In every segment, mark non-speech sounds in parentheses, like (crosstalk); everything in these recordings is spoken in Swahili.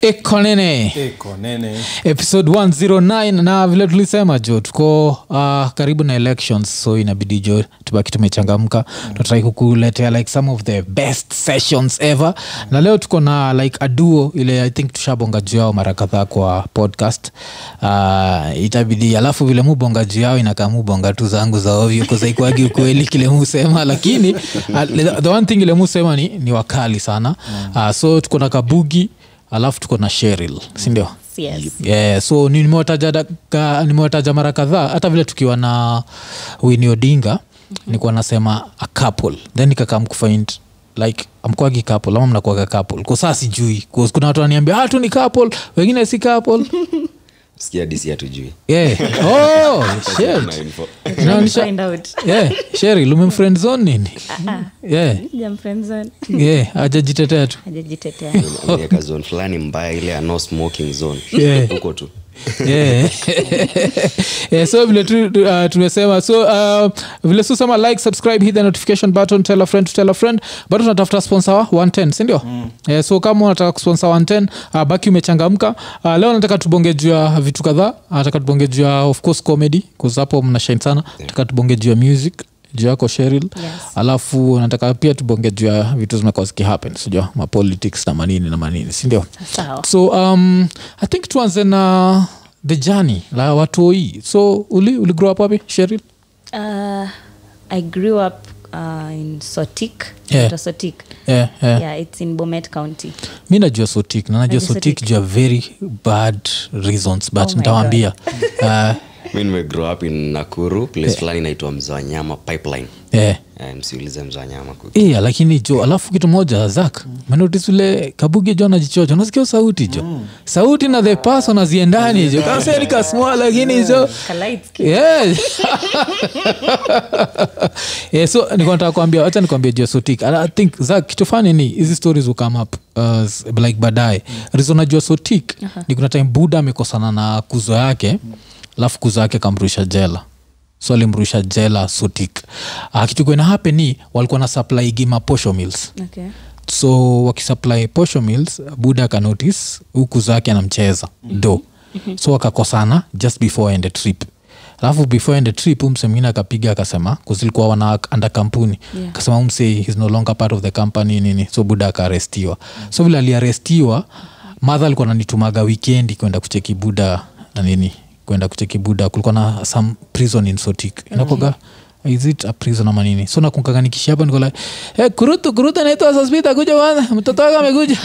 eko nene eko nene episode 109 na vile tulisema jo tuko uh, karibu na elections so inabidi jo tubaki tumechangamka tunatrai kukuletea like some of the best sessions ever na leo tuko na like aduo ile i think tushabonga juu yao mara kadhaa kwa podcast uh, itabidi alafu vile mubonga juu yao inakaa mubonga tu zangu za ovyo kuzaikwagi ukweli kile musema lakini uh, the one thing ile musema ni, ni wakali sana uh, so tuko na kabugi alafu tuko na sheril sindio Yes. yeah, so ni- nimewataja da- ka- nimewataja mara kadhaa hata vile tukiwa na wini odinga Mhm. mm-hmm. nikuwa nasema a couple then nikakam kufind like amkwagi couple ama mnakuaga couple kosaa sijui 'Cause kuna watu waniambia ah, tu ni couple wengine si (laughs) couple sikia disi hatujui yeah. oh, shit. Inaonyesha- Find out. yeah, sheril umemfriendzone (laughs) nini yeah, Jamfriendzone. yeah, ajajitetea tu (laughs) Hajajitetea. (laughs) miaka zone fulani mbaya ile ya no smoking zone Yeah. huko tu Yeah. (laughs) yeah, so vile tu- tu- uh, tumesema so uh, vile susema like subscribe hit the notification button tell a friend to tell a friend bado tunatafuta sponsor wa 110 sindio mm. yeah, so kama unataka kusponsor 110 uh, baki umechangamka uh, leo nataka tubonge juu ya vitu kadhaa Uh, nataka tubonge juu ya of course comedy kuzapo mnashine sana nataka tubonge juu ya music juu yako sheril Yes. alafu nataka pia tubonge juu ya vitu zimekuwa zikihappen sijua mapolitics na manini na manini sindio Sawa. so um, i think tuanze na the jani la watuoi so uli, uli grow up wapi sheril Uh, I grew up uh, in Sotik. Yeah. It was Sotik. yeah, yeah. Yeah, it's in Bomet County. mi najua sotik na najua Najua sotik Sotik. juu ya very bad reasons but Oh my nitawambia (laughs) uh, mi nimegrow up in nakuru place fulani inaitwa mzwanyama pipeline yeah. Eh, msiulize mzwanyama ku- iya lakini jo alafu kitu moja zak manotis ule kabuge jo anajichocha unasikia sauti jo sauti na the person aziendani jo kamseni kasmoa lakini jo Kalaitski. Yes. (laughs) yeah, so nilikuwa nataka kuambia wacha nikwambia juu ya sotik And i think za kitu fani ni hizi stories will come up uh, s- like baadaye rizona juu ya sotik ni kuna time buda amekosana na kuzo yake alafu kuzo yake akamrusha jela so alimrusha jela sotik uh, kitu kuena hape ni walikuwa na supply gima posho mills Okay. so wakisupply posho mills buda akanotice huku zake anamcheza mm-hmm. do mm-hmm. so wakakosana just before ende trip alafu before ende trip umse mwingine akapiga akasema kuzilikuwa wana anda kampuni Yeah. akasema umse is no longer part of the company nini so buda akaarestiwa so vile aliarestiwa madha alikuwa nanitumaga wikendi kwenda kucheki buda na nini kwenda kucheki buda kulikuwa na some prison in sotik inakoga is it a prison ama nini so nakunkaga nikishiapa nikola hey, "Eh, kurutu kurutu naitwa sospita kuja bwana mtoto wako amekuja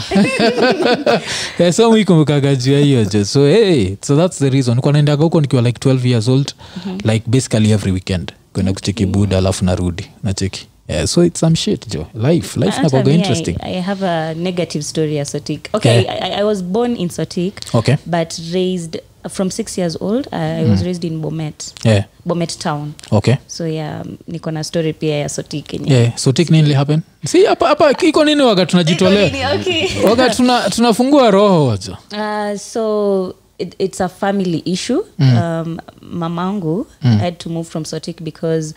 (laughs) yeah, so mikumbukaga juu ya hiyo jo so hey, so thats the reason nikuwa naendaga huko nikiwa like 12 years old Mhm. mm-hmm. like basically every weekend kwenda Mm. kucheki buda alafu narudi nacheki yeah, so its some shit jo life life Hata nakwaga mi, interesting Uh, I, I have a negative story as Sotik. Okay, Yeah. Oh. I, I was born in Sotik, okay but raised uh, from six years old. uh, I, I Mm. was raised in Bomet, yeah Bomet town. okay So yeah, um, niko na story pia ya Sotik yenye. yeah so take nini happen si hapa hapa iko nini waga tunajitolea Okay. waga tuna, tunafungua roho waja Uh, so it, it's a family issue. Mm. Um, mamangu had to move from Sotik because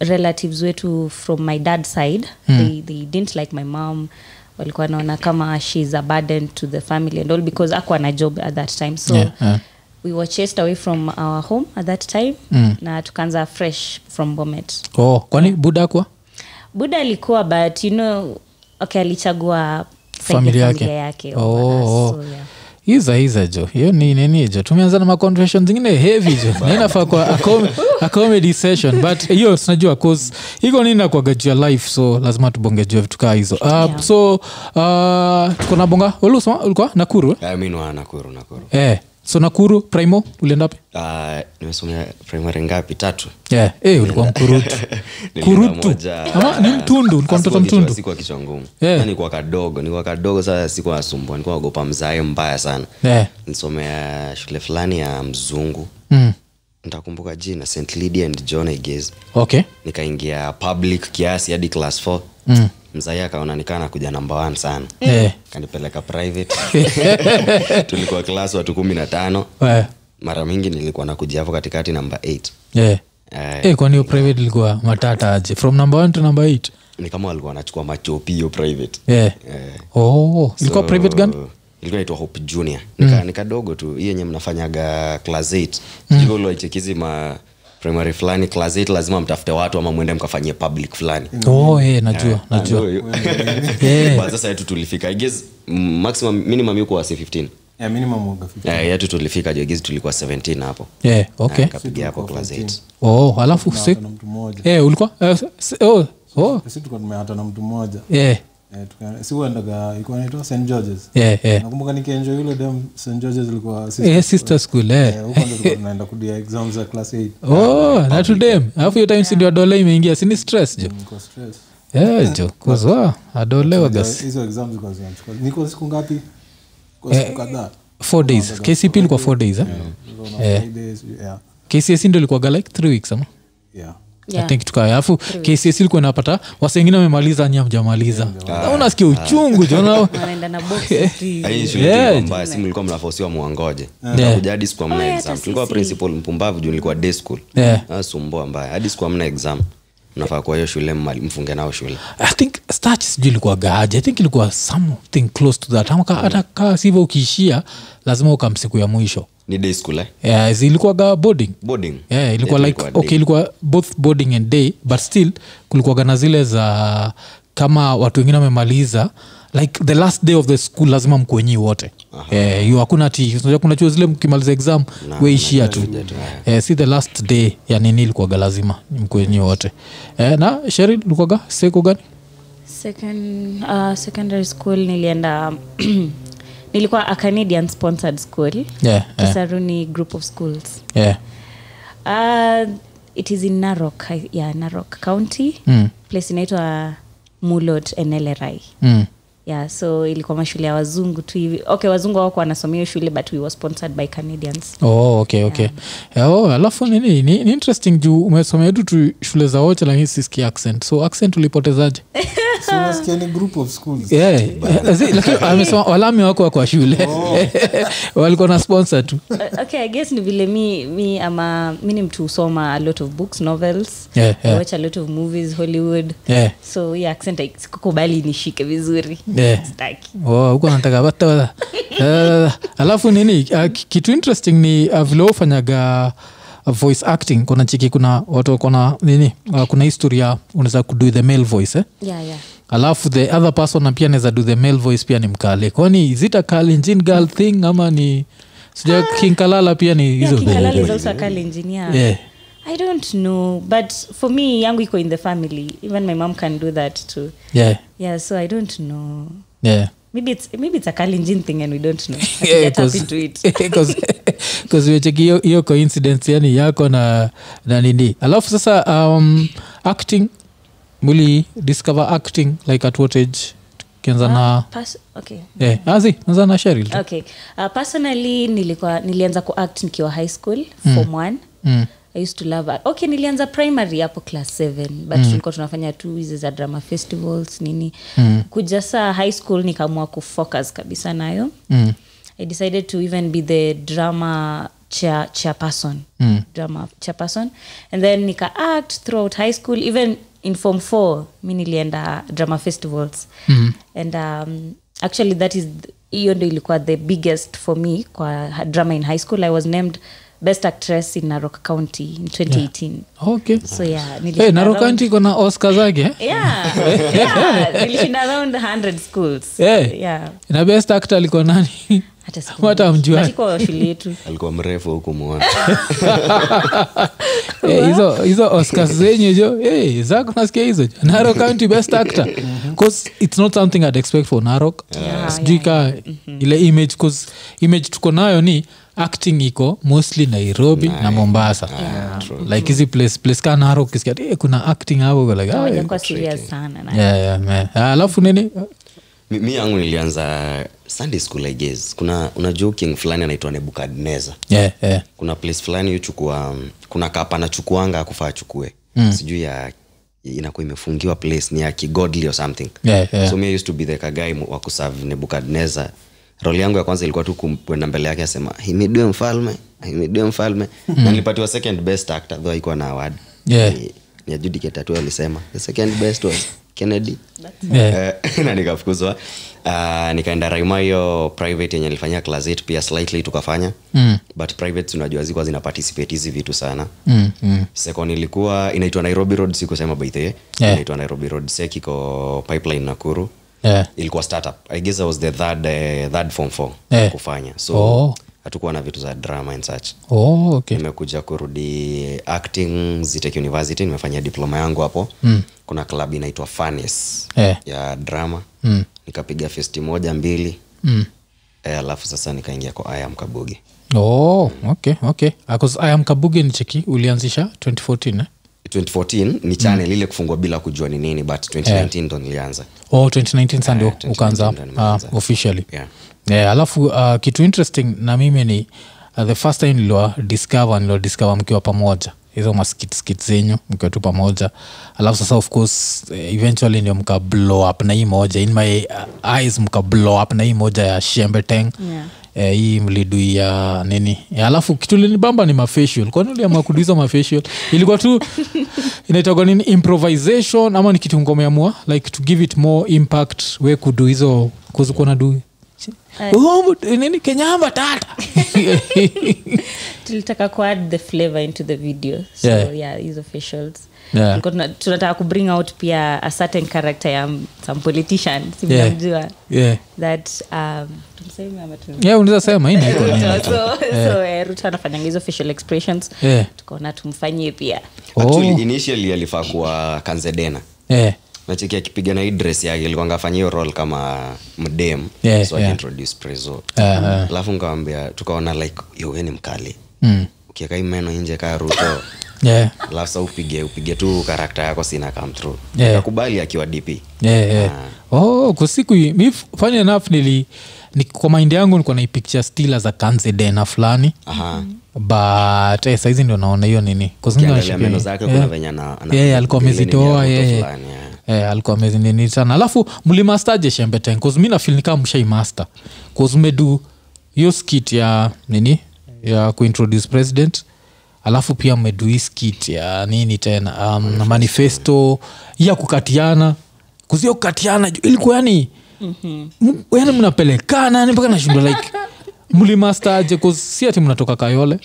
relatives wetu from my dad's side Mm. they, they didn't like my mom walikuwa naona kama she's a burden to the family and all because akuwa na job at that time so Yeah, yeah. we were chased away from our home at that time Mm. na tukaanza fresh from bomet oh, kwani buda kwa buda alikuwa but you know okay alichagua side ya Familia yake. familia yake Oh, so, yeah. hiza hiza jo hiyo ni nini jo tumeanza na maconfession zingine heavy jo Na inafaa kwa a com- a comedy session but hiyo sinajua cause iko nini nakuagajua life so lazima tubongejua vitu kaa hizo uh, Yeah. so uh, tuko na bonga ulusema ulikuwa nakuru eh? Ah, mi ni wa nakuru nakuru eh, so nakuru primo uliendape Ah, nimesomea primary ngapi tatu yeah. eh, ulikuwa mkurutu (laughs) Nilienda kurutu moja- ama ni mtundu ulikuwa mtoto Sikuwa kichwa- mtundu sikuwa kichwa ngumu Eh. Na nilikuwa kadogo nilikuwa kadogo sasa sikuwa nasumbua nilikuwa naogopa mzae mbaya sana yeah. nisomea shule fulani ya mzungu mm. ntakumbuka jina st lydia and john iges okay nikaingia public kiasi hadi class 4 mm. mzai akaona nikaa nakuja namba 1 sana Eh. kanipeleka private (laughs) tulikuwa klas watu kumi na tano yeah. mara mingi nilikuwa nakuja hapo katikati namba 8 yeah. Eh, Eh, kwani hiyo private ilikuwa matata aje from number one to number eight ni kama walikuwa wanachukua machopi hiyo private yeah. oh, Eh, ilikuwa private gun ilikuwa naitwa hope junior nika, mm. nikadogo tu hiyo yenye mnafanyaga class 8 mm. ulaichekizi ma primary fulani class 8 lazima mtafute watu ama mwende mkafanyie public fulani oh, eh, najua najua (laughs) Eh. But sasa yetu tulifika I guess, mm, maximum minimum yuko wasi 15 Yeah, minimum waga 50. yeah, yetu tulifika jo I guess tulikuwa 17 hapo Eh, okay Na kapiga hapo class 8 oh, alafu si- Hata na mtu mmoja eh, ulikuwa eh, si- oh, oh, sisi tulikuwa tumehata na mtu mmoja eh, Eh, tuka- si uendaga ilikuwa naitwa st georges eh, eh. nakumbuka nikienjo hilo dem st georges ilikuwa sister. Eh, sister school Eh, eh. huko ndo tulikuwa tunaenda kudia exams za class 8 (laughs) oh, natudem alafu hiyo time sindio adola imeingia sini stress jo Nilikuwa stressed. Eh, jo kuzwa Mm. adolewa Ndio, gas hizo exams zilikuwa zinachukua nilikuwa siku ngapi Kwa siku Eh. kadhaa four days kcp ilikuwa four days eh? Nilikuwa na Fridays, yeah, kcs E ndio ilikuwaga like three weeks ama yeah. I think tuka- alafu kcs ilikuwa inapata wasengine wamemaliza nyi amjamaliza unasikia uchungu jona wanaenda na boxi Ai, shule yetu ilikuwa mbaya, si mlikuwa mnafosiwa mwangoje Mnakuja hadi siku hamna exam tulikuwa principal mpumbavu juu nilikuwa day school Yeah. Ah, sumbua mbaya hadi siku hamna exam mnafaa kwa hiyo shule mmali- mfunge nao shule i think starch sijui ilikuwa gaaji i think ilikuwa something close to that Ama ka- hata kaa sivyo ukiishia lazima ukamsiku ya mwisho ni day school eh? yeah, ilikuwa ga boarding boarding yeah, ilikuwa Yetu like ilikuwa okay ilikuwa both boarding and day but still kulikuwaga na zile za kama watu wengine wamemaliza like the last day of the school lazima mkuenyi wote Eh, hiyo hakuna ti unajua kuna chuo zile mkimaliza exam weishia tu Eh, si the last day ya nini ilikuwaga lazima mkuenyi wote Eh, na sheri ilikuwaga siku gani second uh, secondary school nilienda (clears throat) nilikuwa a canadian sponsored school yeah, yeah, kisaruni group of schools yeah. uh, it is in narok I- yeah, narok county Mm, place inaitwa mulot enelerai mm. yeah so ilikuwa mashule ya wazungu tu hivi okay wazungu wako wanasomea hiyo shule but we were sponsored by (laughs) canadians Oh, okay, okay. Yeah. Oh, alafu nini ni, ni interesting juu umesomea tu tu shule za wote lakini sisiki accent so accent ulipotezaje So unasikia ni group of schools Yeah, (laughs) eh, zi- lakini amesema walami wako wakwa shule (laughs) walikuwa na sponsor tu Uh, okay i guess ni vile mi, mi ama mi ni mtu husoma a lot of books novels Yeah, I yeah. watch a lot of movies hollywood Yeah. so hiyo accent like, sikukubali nishike vizuri Yeah. Sitaki. Oh, huko nataka bata Eh, alafu nini ah, ki- kitu interesting ni ah, vile ufanyaga uh, voice acting kuna chiki kuna watu wako na nini ah, kuna historia unaweza kudu the male voice eh? yeah, yeah. alafu the other person na pia naweza do the male voice pia ni mkale kwani zita kalinjin girl thing ama ni sija kinkalala pia ni Ah. Yeah, hizo King Kalala is also a Kale engineer. Yeah. i don't know but for me yangu iko in the family even my mom can do that too yeah, yeah so i don't know yeah. maybe it's, maybe it's a Kalenjin thing and we don't know (laughs) Yeah, yeah, tap Eh, 'cause- into it (laughs) 'cause- 'cause umecheki hiyo- hiyo coincidence yani yako na na nini alafu sasa um, acting muli discover acting like at what age tukianza na Pas- okay eh, azi anza na sheril tu okay uh, personally nilikuwa nilianza kuact nikiwa high school form one Mm. i used to love act. okay nilianza primary hapo class 7 but mm. tulikuwa tunafanya tu hizi za drama festivals nini mm. kuja saa high school nikaamua kufocus kabisa nayo Mm. i decided to even be the drama chair, chairperson Hmm. drama chairperson and then nika act throughout high school even in form four mi nilienda drama festivals Hmm. and um, actually that is hiyo ndo ilikuwa the biggest for me kwa ha- drama in high school i was named best actress in narok county in 2018 okay so yeah hey, nilishinda round- narokanti iko na oscar zake eh? (laughs) yeah, yeah, nilishinda around 100 schools Eh. yeah na best actor alikuwa nani hata siku- Hata hamjui. But iko shule yetu alikuwa mrefu huku muona Eh, hizo hizo oscars zenyu jo hey, zako nasikia hizo jo. naro county best (laughs) actor bcause its not something i'd expect for narok Yeah, sijui ka ile image bcause image tuko nayo ni acting iko mostly nairobi na mombasa like hizi place place ka narok kisikia hey, kuna acting hapo like, ah, hawajakuwa Oh, serious sana na yeah, yeah, man. Ah, alafu nini mi mi yangu nilianza sunday school i guess kuna unajua king fulani anaitwa nebukadnezar yeah, yeah. kuna place fulani yuchukua um, kuna kapa anachukuanga akufaa achukue Hmm. mm. sijui ya inakuwa imefungiwa place ni ya kigodly or something Yeah, yeah. so mi I used to be the kagai wa kuserve nebukadnezar roli yangu ya kwanza ilikuwa tu kum- kwenda mbele yake asema himidwe mfalme himidwe mfalme na nilipatiwa second best actor though haikuwa na award Hmm. Yeah. ni, ni adjudicate tu alisema the second best was kennedy Yeah. Eh, (laughs) na nikafukuzwa uh, nikaenda raima hiyo private yenye nilifanyia class 8 pia slightly tukafanya mm. but private unajua zikuwa zina participate hizi vitu sana mm, mm. second ilikuwa inaitwa nairobi road sikusema by the way Yeah. inaitwa nairobi road sec iko pipeline nakuru Yeah. ilikuwa startup i guess i was the third, uh, third form four Yeah. kufanya Oh. so hatukuwa na vitu za drama and such Oh, okay. nimekuja kurudi acting Zitech university nimefanya diploma yangu hapo mm. kuna club inaitwa fanes Eh. ya drama mm. nikapiga festi moja mbili mm. eh, alafu sasa nikaingia kwa iam kabugi Oh, okay, okay. Ah, 'cause I am kabuge ni cheki ulianzisha 2014 eh? 2014 ni Mm. channel ile kufungua bila kujua ni nini Eh. but 2019 ndo nilianza oh, 2019 sa ndio 2019 ukaanza Eh, ndio ah, nimeanza. officially Yeah. yeah, alafu ah, kitu interesting na mimi ni ah, the first time niliwa discover niliwa discover mkiwa pamoja hizo maskitskit zenyu mkiwa tu pamoja alafu sasa of course eh, eventually ndio mka blow up na hii moja in my ah, eyes mka blow up na hii moja ya shembe teng Yeah. Eh, hii mlidui ya nini ya, alafu kitu linibamba ni mafacial kwani uliamua kuduiza mafacial ilikuwa tu inaitagwa nini improvisation ama ni kitu ngomeamua like to give it more impact we kudu hizo kuzikuona du Oh, nini kenyamba tata tulitaka kuadd the flavor into the video so Yeah. yeah, hizo facials Yeah. Tulikuwa tuna- tunataka kubring out pia a certain character ya m- some politician Yeah. simnamjua yeah. that um, tumseme ama tu- yeah, unaweza sema hii ni iko nini. (laughs) So- so- so, eh, ruto anafanyanga hizo facial expressions Yeah. tukaona tumfanyie pia Oh. actually initially alifaa kuwa kanzedena Yeah. nacheki akipiga na hii dress yake ilikuwa ngafanya hiyo role kama mdem Yeah, so yeah. Uh-huh. akintroduce prezo Yeah, yeah. alafu nkawambia tukaona like yowe ni mkali Mm. ukieka hii meno nje kaa ruto (laughs) Yeah. alafu sa upige upige tu karakta yako sina come through Yeah. akakubali akiwa dp Yeah, yeah. Oh, kusiku mi funny enough nili ni, kwa maindi yangu nikuwa naipicture stila za kanzedena fulani Aha. but eh, saizi ndio naona hiyo nini 'Cause mi ukiangalia nawashika- meno zake kuna yeah. venye ana- ana- Yeah, yeah, alikuwa ile nini ya amezitoa ruto yeah, yeah. fulani, yeah. Eh, alikuwa amezinini sana alafu mlimastaje shembeten mi nafil nikaa mshaimasta medu hiyo skit ya nini ya kuintroduce president alafu pia mmedu hii skit ya nini tena um, manifesto hii ya kukatiana kuzia kukatiana ju- ilikuwa yani Mm-hmm. mm yani mnapelekana yani mpaka nashindwa (laughs) like mlimastaje 'Cause si ati mnatoka kayole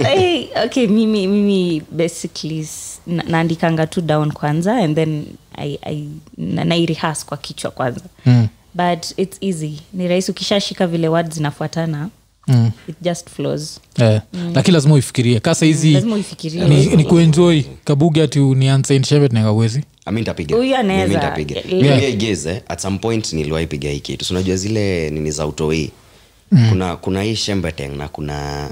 Eh, okay mimi mimi basically s- na- naandikanga tu down kwanza and then I- I- na- nairehas kwa kichwa kwanza Hmm. mm. but its easy ni rahisi ukishashika vile word zinafuatana mm. it just flows eh, lakini lazima uifikirie kaa saizi Mm, lazima uifikirie ni, ni kuenjoi kabuge ati uniansainshebetnengawezi Ami Ah, nitapiga. Huyu anaweza. Mimi nitapiga. Yeah. Mimi pia igeze, at some point niliwahi piga hii kitu sinajua zile nini za utoi Mm. kuna, kuna hii shembeteng na kuna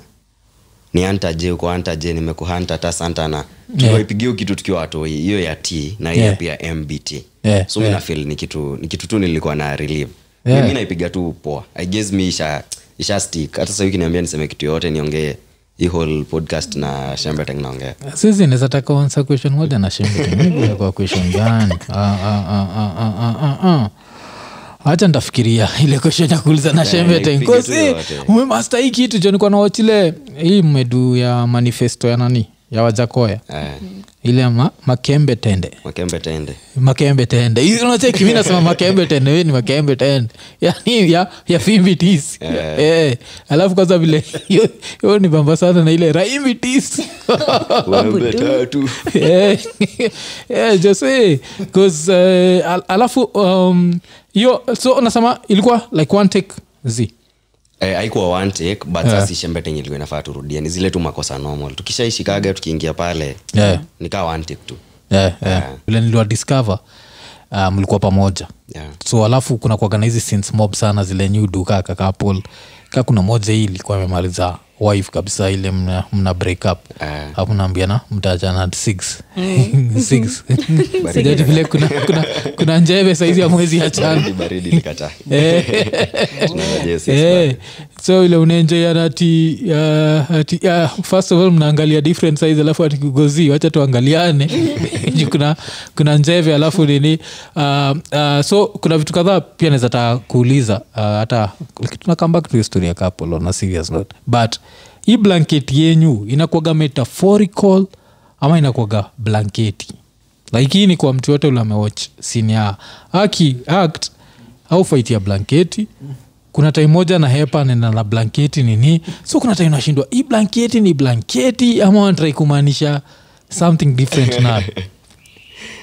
ni antaje uko antaje nimekuhanta ta santana tuliwaipigia hiyo kitu tukiwa watoi hiyo ya t na hiyo Yeah. pia mbt Yeah, so mi yeah. nafil ni kitu ni kitu tu nilikuwa na relieve Yeah. mimi naipiga tu poa i guess mi isha isha stick hata sasa ukiniambia niseme kitu yote niongee hii whole podcast na shembeteng naongea sisi nezataka onsa question moja na shimbiiakwa question gani (laughs) Ah, ah, ah, ah, ah, ah, ah, ah. acha ntafikiria ile question ya kuuliza (laughs) na shembete nipige tu nkosi yote. umemasta hii kitu jonikwa naochile hii medu ya manifesto ya nani ya wajakoya Eh, Mm. ile ya ma, makembe tende makembe tende makembe tende Hizi unacheki mi nasema makembe tende we ni makembe tende yani ya, ya fimbitis eh, alafu kwanza vile hiyo- hiyo ni bamba sana na ile raimbitis Wembe tatu. (laughs) Eh, eh, just, eh, 'cause, eh, al- alafu um, hiyo so nasema ilikuwa like one take z Eh, haikuwa one take but sasa si shembe tenye ilikuwa inafaa turudie ni zile tu makosa normal tukishaishikaga tukiingia pale Mm. Yeah. nikaa one take tu yeah, yeah. vile niliwa discover uh, mlikuwa pamoja Yeah. so alafu kuna kuagana hizi sins mob sana zile nyudu kaka kapol ka kuna moja hii ilikuwa imemaliza wife kabisa ile mna, mna break up Ah. hapo naambiana mtaachana at six. (laughs) Six. Sijui vile kuna, kuna, kuna njeve saizi ya mwezi ya Baridi, chana (laughs) baridi likataa Eh. Tunangoja six Eh, so ile unaenjoyana ati, uh, ati uh, first of all mnaangalia different size alafu ati kugozi wacha tuangaliane Juu kuna, kuna njeve alafu nini uh, uh, so kuna vitu kadhaa pia naweza taka kuuliza uh, hata tunakambak to historia couple on a serious note but hii blanket yenyu inakuaga metaphorical ama inakuaga blanketi like hii ni kwa mtu yote ule amewatch sin ya aki act au fight ya blanketi kuna time moja na hepa nenda na blanketi nini so kuna time nashindwa hii blanketi ni blanketi ama wanatrai kumaanisha something different (laughs) nayo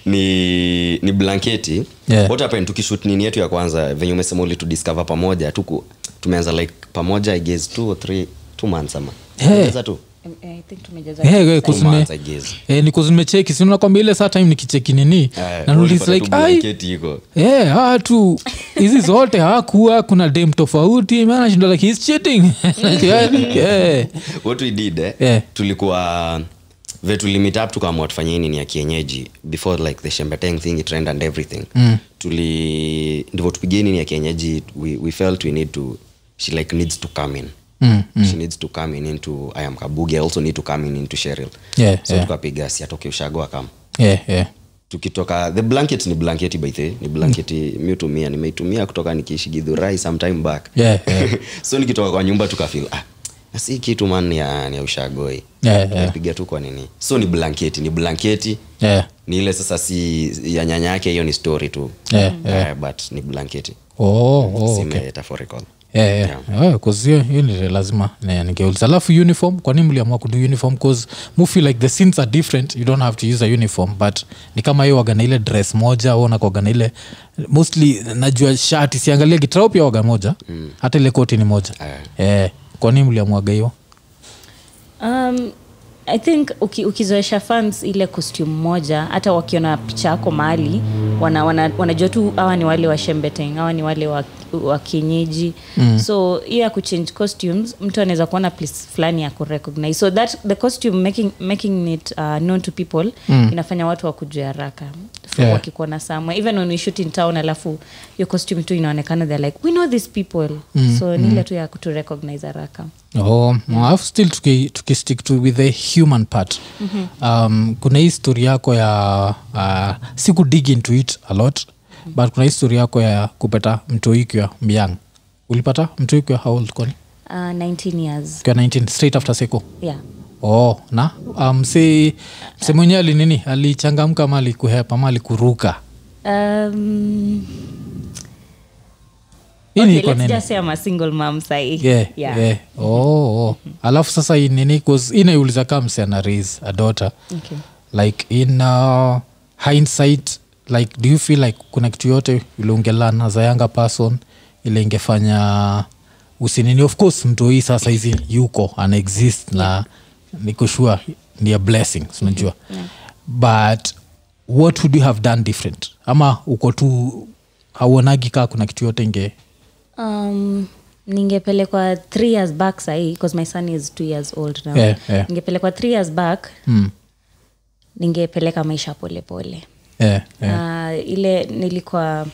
ni ni blanketi Yeah. what happened tukishoot nini yetu ya kwanza venye umesema uli tudiscover pamoja tuku tumeanza like pamoja i guess two or three two months ama Hey. Tumeanza tu Um, I think tumejaza Eh, eh, two kusime- months i guess eh, ni kuzimecheki sinakwambia ile saa time nikicheki nini Eh, na notice ulipata tu like ai blanketi iko Eh, hawa tu hizi zote hawakuwa kuna dem tofauti manashinda like he's (laughs) cheating (laughs) Yeah, yeah. what we did eh, Yeah. tulikuwa ve tulimit up tukaamua tufanye nini ya kienyeji before like the shembeteng thing it trend and everything mm. tuli ndivyo tupigie nini ya kienyeji we, we felt we need to she like needs to come in Mm, mm. she needs to come in into i am kabugi i also need to come in into sheril Yeah, so yeah. tukapiga siatoke ushago akam Yeah, yeah. tukitoka the blanket ni blanketi by the way, ni blanketi mm. miutumia nimeitumia kutoka nikiishi gidhurai sometime back Yeah, yeah. (laughs) so nikitoka kwa nyumba tukafil ah, si kitu man ni ya, ni ya ushagoi Yeah, yeah. Nipiga tu kwa nini so ni blanketi ni blanketi Yeah, ni ile sasa si ya nyanya yake hiyo ni story tu yeah, yeah. Eh, but ni blanketi Oh, oh, si okay. metaphorical Yeah, yeah. Yeah, 'cause hiyo- hiyo ni lazima ne- ningeuliza alafu uniform kwa nini mliamua kudu uniform bcause mufi like the scenes are different you don't have to use a uniform but ni kama hiyo waga na ile dress moja au nakwaga na ile mostly najua shati siangalia gitrau pia waga moja hata ile koti ni moja Mm. eh, kwa nini mliamuaga hiyo um, i think uki, ukizoesha fans ile costume moja hata wakiona picha yako mahali wanajua wana, wanajua tu hawa ni wale wa shembeteng hawa ni wale wa, wa kienyeji mm. so hiyo ya kuchange costumes mtu anaweza kuona place fulani ya kurecognize so that the costume making, making it uh, known to people mm. inafanya watu wakujua haraka From Yeah. wakikuona somewhere even when we shoot in town alafu your costume tu inaonekana they're like we know these people mm. so ni ile tu ya kutu recognize haraka Oh, no, alafu still tuki, tuki stick to with the human part mm-hmm. um, kuna hii story yako ya uh, si ku dig into it a lot mm-hmm. but kuna hii story yako ya kupata mtoikwa myang ulipata mtoikwa how old kwani uh, 19 years ukiwa 19 straight after seko yeah oh na um, mse mse mwenyewe ali nini alichangamka ama alikuhepa ama alikuruka um, hii okay, ni iko let's nini just say I'm a single mom sahi. yeah, Yeah. Mm-hmm. yeah. Oh, oh. alafu sasa hii nini 'cause hii naiuliza kaa mse ana raise a daughter Okay. like in uh, hindsight like do you feel like kuna kitu yote ile ungelana za younger person ile ingefanya usinini of course mtu hii sasa hizi yuko ana exist na nikoshua ni a blessing sinajua but what would you have done different ama uko tu hauonagi kaa kuna kitu yote inge um, ningepelekwa three years back sahi because my son is two years old now Yeah, yeah. ningepelekwa three years back mm. ningepeleka maisha polepole yeah, yeah. yeah. uh, ile nilikuwa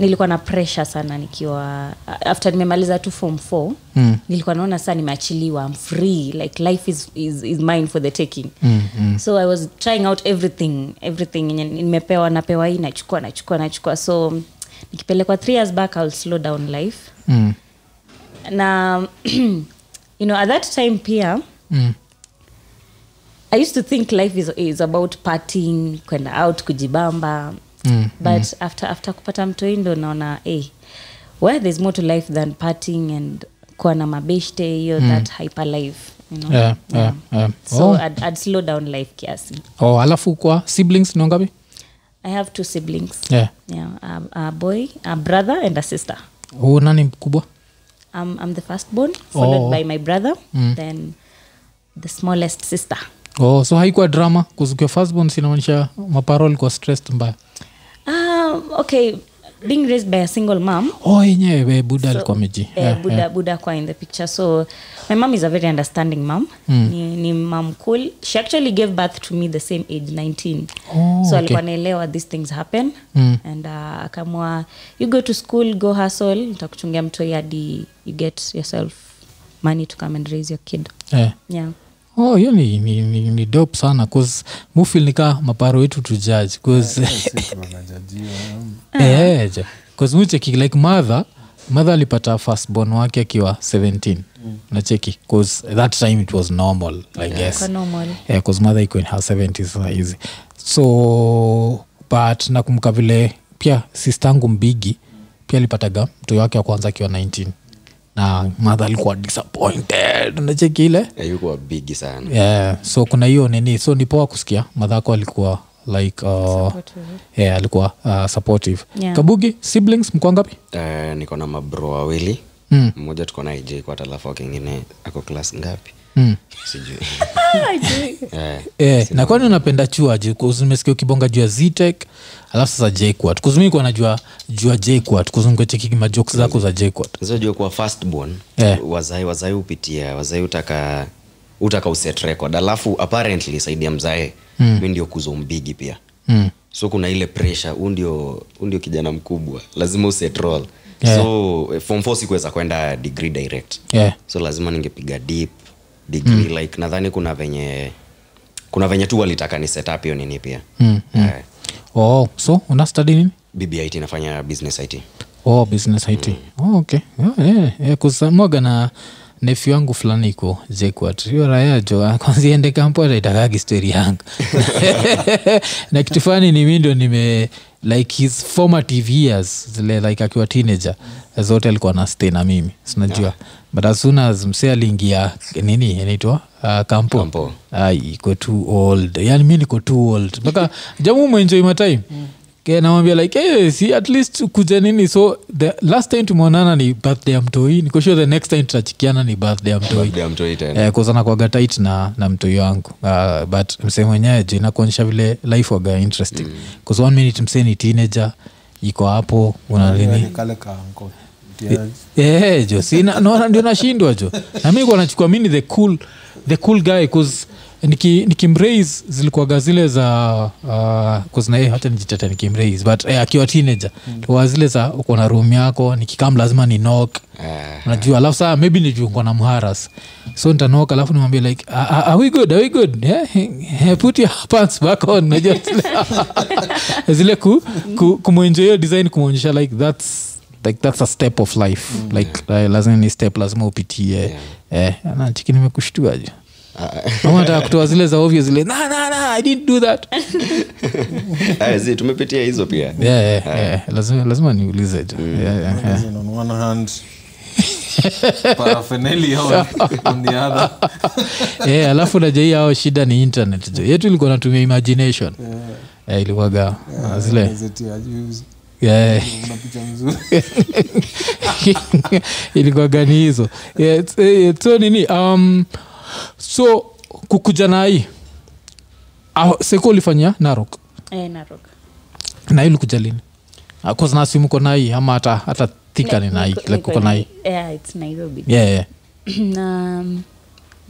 nilikuwa na pressure sana nikiwa uh, after nimemaliza tu form four mm. nilikuwa naona saa nimeachiliwa I'm free like life is, is, is mine for the taking mm, mm. so i was trying out everything everything yenye nimepewa napewa hii nachukua nachukua nachukua so nikipelekwa three years back ill slow down life Mm. na (clears throat) you know at that time pia Mm. i used to think life is, is about partying kwenda out kujibamba Mm, but after, after kupata mtoi ndo naona hey, well, there's more to life than partying and kuwa na mabeshte hiyo that hyper life you know? Mm. Yeah, yeah, yeah. so Oh. I'd, I'd slow down life kiasi oh, alafu kwa siblings ni wangapi i have two siblings yeah. yeah, a, a boy a brother and a sister huu nani mkubwa I'm, I'm the firstborn followed Oh. by my brother then the smallest sister oh, so haikuwa drama kuzukiwa firstborn sinamaanisha maparol kwa stressed mbaya Um, okay, being raised by a single mom. oh yenyewe buda alikuwa meji eh, yeah, Buddha, yeah. Buddha kwa in the picture. So my mom is a very understanding mom. Mm. Ni, ni mom cool. She actually gave birth to me the same age, 19. Oh, so okay. Mm. alikuwa naelewa these things happen. And uh, akamua, you go to school, go hustle. Nitakuchungia mtoi hadi you get yourself money to come and raise your kid. Yeah. Yeah. eh, oh hiyo ni, ni, ni, ni dope sana bause mufil nikaa maparo wetu Eh, (laughs) tujaji eh, bause Sisi tunanajajiwa, um, yeah. yeah, mucheki like mother madha alipata firstborn wake akiwa 17 mm. nacheki cause that time it was normal i guess Kwa normal. yeah, cause mother iko in her 70 sahizi so but nakumbuka vile pia sistangu mbigi pia alipataga mtoyo wake wa kwanza akiwa 19 na madha alikuwa disappointed nacheki ile ayukuwa bigi Eh, sana yeah, so kuna hiyo nini so ni poa kusikia madhako alikuwa like uh, yeah, alikuwa uh, supportive Yeah. kabugi siblings mko ngapi Eh, niko na mabro wawili Hmm. mmoja tuko na ij kwa talafu kingine ako klas ngapi Hmm. sijui (laughs) Eh, Eh, na kwani unapenda chua nimesikia ukibonga juu ya ztek alafu sasa jquat kuzumikuwa najua jua jquat kuzumkuechekikimajok zako za jquat unajua kuwa firstborn Eh. wazai wazai hupitia wazai utaka utaka uset record alafu apparently saidi ya mzae mm. mi ndio kuzo mbigi pia mm. so kuna ile pressure huu ndio huu ndio kijana mkubwa lazima uset roll Yeah. so eh, form four sikuweza kwenda degree direct yeah. so lazima ningepiga deep degree mm. like nadhani kuna venye kuna venye tu walitaka ni set up hiyo nini pia mm. eh, oh, so una study nini bbit inafanya business it oh, business it oh, okay oh, yeah, yeah. kusamwaga na nefi wangu fulani iko jekwat hiyo raya jo ah, (laughs) kwanza ende kampo ataitakagi stori yangu (laughs) na kitu fani ni mi ndo nime like his formative years zile like akiwa teenager zote alikuwa na stay na mimi sinajua but as soon as mse aliingia nini inaitwa uh, kampo, Kampo. Ai, iko too old yani mi niko too old mpaka jamu mwenjoi matime Ke, namwambia like hey, si at least kuja nini so the last time tumeonana ni birthday ya mtoi niko sure the next time tutachikiana ni birthday ya mtoi Labda mtoi tena. Eh, kuzana kwaga tit na, na mtoi wangu uh, but msee mwenyewe ju inakuonyesha vile life waga interesting mm. cause one minute msee ni teenager iko hapo una Ah, nini Yaani kale ka mko- mtihani. Eh, jo sina- naona ndio nashindwa jo nami kuwa nachukua mini the cool, the cool guy bcause nikimrais zilikuwaga zile za uh, naye hata nijitete nikimrais but eh, akiwa teenager mm. zile za uko na room yako nikikam lazima ni nok Ah. najua alafu saa maybe nijungwa na mharas so nitanok alafu nimwambia like "A- a- are we good are we good yeah? eh, put your pants back on najua zile, zile ku, ku, kumwenjo hiyo design kumwonyesha like that's like that's a step of life mm, like yeah. lazima ni step lazima upitie yeah. eh, na chiki nimekushtua ju Ah, ama nataka kutoa zile za ovyo zile na na na i didn't do (laughs) that (laughs) ah, zi, tumepitia hizo pia yeah, yeah, yeah. lazima, lazima niulize ju yeah, yeah, yeah. As in on one hand, (laughs) paraphernalia on- (laughs) on the (laughs) other. Eh, alafu najai ao shida ni internet jo yetu ilikuwa natumia imagination Eh, ilikuwaga ah, zile Gazeti ya juzi. yeah. Kuna picha mzuri. (laughs) ilikuwa gani hizo Yeah, it's- eh, so nini um, so kukuja na hii Ah, seko ulifanya narok Eh, Narok. na hii ulikuja lini Ah, cause na simu uko na hii ama hata hata thika ni Ni- na hii niko- like niko uko na hii Yeah, eh, ah, it's Nairobi. yeah, yeah. Na, um,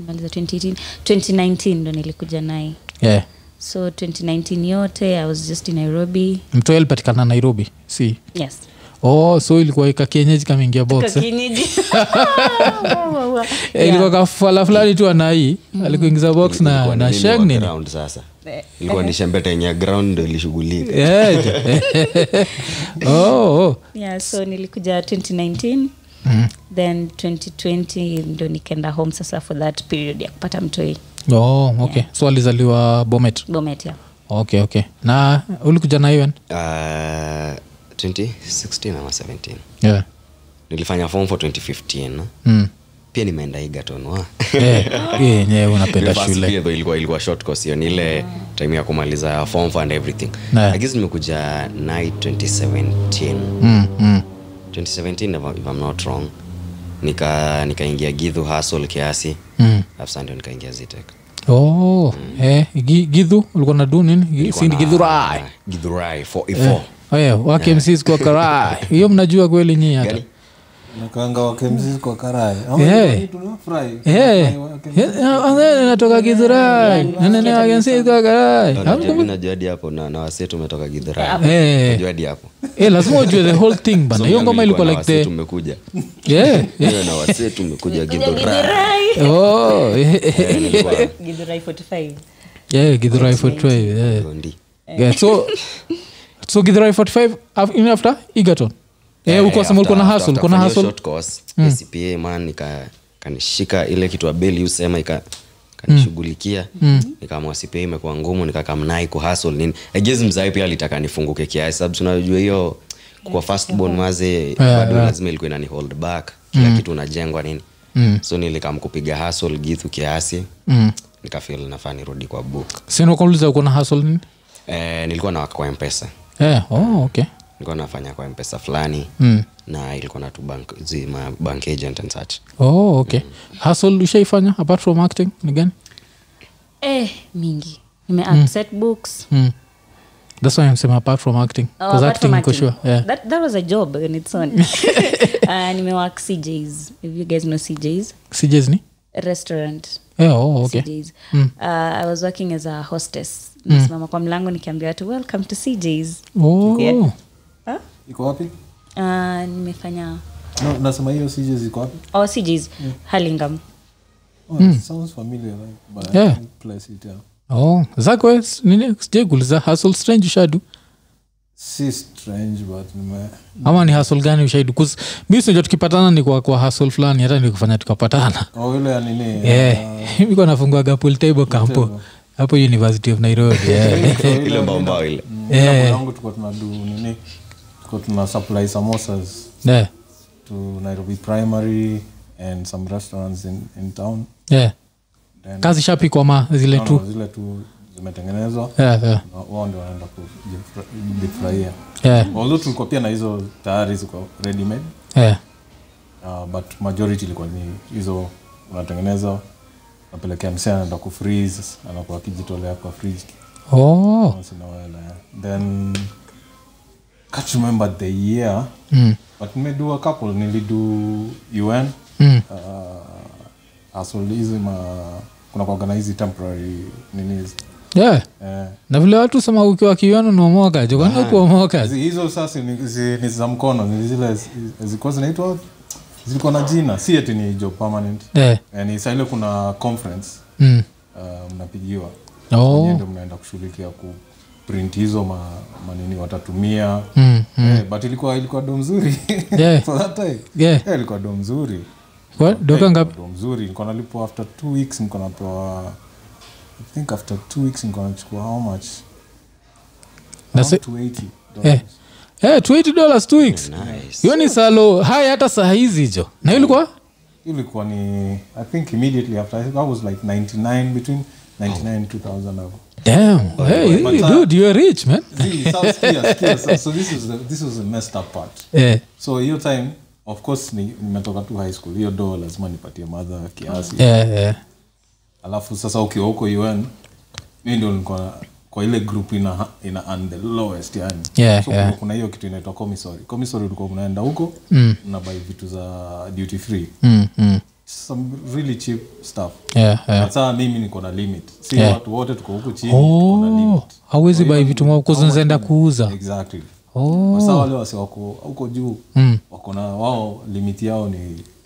maliza 2018 2019 ndo nilikuja naye yeah. so 2019 yote i was just in nairobi mtoi alipatikana nairobi si yes oh so ilikuwa ikakienyeji kameingia box eh? (laughs) Kakinyeji. Wa, wa, wa. Eh, ilikuwa kafala fulani tu anai Mm. alikuingiza box na, Ilikuwa ni na nini sheng wa nini ground sasa ilikuwa ni shembeta yenye ground ndo ilishughulika (laughs) Yeah, jo. Oh, oh. yeah so nilikuja 2019 Mm-hmm. then 2020 ndo nikaenda home sasa for that period ya kupata mtoi Oh, okay so alizaliwa bomet bomet yeah. okay okay na ulikuja na iwen Ah, 2016 ama 17 yeah. nilifanya form for 2015 (laughs) mm. pia nimeenda igaton wa yeah. yeah, yeah, Eh, unapenda First shule year though ilikuwa ilikuwa short course hiyo ni ile time ya kumaliza form for and everything Yeah. i guess nimekuja nai 2017 mm, mm. 2017 if I'm- if i'm not wrong nika nikaingia gidhu hustle kiasi Mm. alafu sasa ndio nikaingia zitek Oh, Mm. eh, gi- gidhu ulikuwa na du nini Gi- si ni gidhurai gidhurai 44 Eh. oh, (laughs) wakemsiskuakarai hiyo mnajua kweli nyii hata Gani? Nakaanga wakemzizi kwa karai Ama Yeah. ni tunafurahi. Eh, Tunafurahi wakemzizi. eh, ah, natoka gidhurai nanene wakensikakarai Oh, najua- mi najua hadi hapo na, na wasee tumetoka gidhurai Eh. najua hadi hapo Eh, lazima ujue the whole thing bana hiyo ngoma ilikuwa like the tumekuja (laughs) yeah, yeah. Hiyo na wasee tumekuja gidhurai Githurai. Oh, eh, eh, eh. (laughs) Eh, nilikuwa- Githurai 45 Yeah, Githurai 45, yeah. Gondi. Yeah, so so githurai 45 af- in after egerton Eh, ulikuwa Eh, sema ulikuwa na after- hustle, after ulikuwa na kufanya hiyo hustle? Hmm. short course, ACPA man nika- kanishika ile kitu abeli usema ika Hmm. kanishughulikia nikaamua CPA imekuwa ngumu nikakamnai kuhasl nini ejezi mzae pia alitaka nifunguke kiasi sababu tunajua hiyo kwa firstborn maze bado lazima ilikuwa inani hold back kila Hmm. kitu unajengwa nini so nilikamkupiga hasl githu kiasi Mm. nikafil nafaa nirudi kwa book sinakauliza uko na hasl nini eh, nilikuwa nawaka kwa mpesa eh, oh, okay. nilikuwa nafanya kwa mpesa fulani Mm. na ilikuwa na tu bank, zi, ma, bank agent and such oh, okay. hasl ushaifanya apart from acting ni gani eh, mingi nimeset books mm. thats why imsema apart from acting Oh, 'Cause apart acting from iko acting. sure yeah. That- that was a job on (laughs) its own. (laughs) Uh, nimework cjs if you guys know cjs CJs ni restaurant Eh, oh, okay. cjs uh, i was working as a hostess Hmm. nimesimama kwa mlango nikiambia watu welcome to cjs oh. Yeah. iko wapi uh, nimefanya no, nasema hiyo sije ziko wapi oh, cjs Hmm. Eh, Hurlingham. oh, it sounds familiar right? but I Yeah. can't place it yeah. oh. zakwe s- nini sijai kuuliza hasl strange ushadu si strange but nime ama ni hasl gani ushaidu mi sinajua tukipatana ni kwa, kwa hasl fulani hata nikufanya tukapatana oh, ile ya nini yeah. (laughs) miko nafunguaga pultable kampo hapo university of nairobi yeah. ile baombao ile yangu tuko tunadu nini tuko tuna supply samosas yeah. to nairobi primary and some restaurants in, in town yeah. Then- kazi shapikwa ma zile tu Naona zile tu zimetengenezwa yeah, yeah. na wao ndio wanaenda kujifurahia yeah. although tulikuwa pia na hizo tayari ziko ready made yeah. uh, but majority ilikuwa ni hizo unatengeneza napelekea msee anaenda kufreeze anakuwa akijitolea kwa fridge oh. kama sina hela, yeah. then can't remember the year mm. but nimedu a couple nilidu un Mm. uh, asol hizi ma kuna kuagana hizi temporary nini yeah. eh, na vile watu sema ukiwa kiwano namokaje kwani Zi- kuomokaje hizo sasa ni zi- ni za mkono ni zile zi- zilikuwa zinaitwa zilikuwa na jina si eti ni job permanent yeah. Eh, ni saa ile kuna conference mm. uh, mnapigiwa Nyie oh. ndio mnaenda kushughulikia ku print hizo ma, manini watatumia mm. Eh, but ilikuwa ilikuwa do mzuri Yeah. (laughs) For that time. yeah. Eh, ilikuwa do mzuri Kwa- doka ngapi do mzuri nilikuwa nalipwa after two weeks nilikuwa napewa i think after two weeks nilikuwa nachukua how much Na Around se- 280 eh. dollars. eh, 20 dollars two weeks hiyo ni salo haya hata saa hizi jo na hiyo ilikuwa ilikuwa ni i think immediately after i was like 99 between 99 and 2000 (laughs) hapo. damn hey, but sa- dude you're rich man (laughs) See, so, sikia, sikia, so, so this is the, this was the messed up part eh. so hiyo time of course ni- nimetoka tu high school hiyo do lazima nipatie madha kiasi Yeah, yeah. alafu sasa ukiwa huko un mi ndio nilikuwa na- kwa ile group ina, ina earn the lowest yani Yeah, so yeah. kuna- kuna hiyo kitu inaitwa commissary commissary ulikuwa unaenda huko unabai vitu za duty free Mm, mm. some really cheap stuff Yeah, yeah. Na saa mimi niko na limit si Yeah. watu wote tuko huku chini tuko na Oh, limit. hauwezi Kwa bai hiyo vitu mwa kuzaenda kuuza exactly Oh. Kwa saa wale wasi wako huko juu wako na wao limit yao ni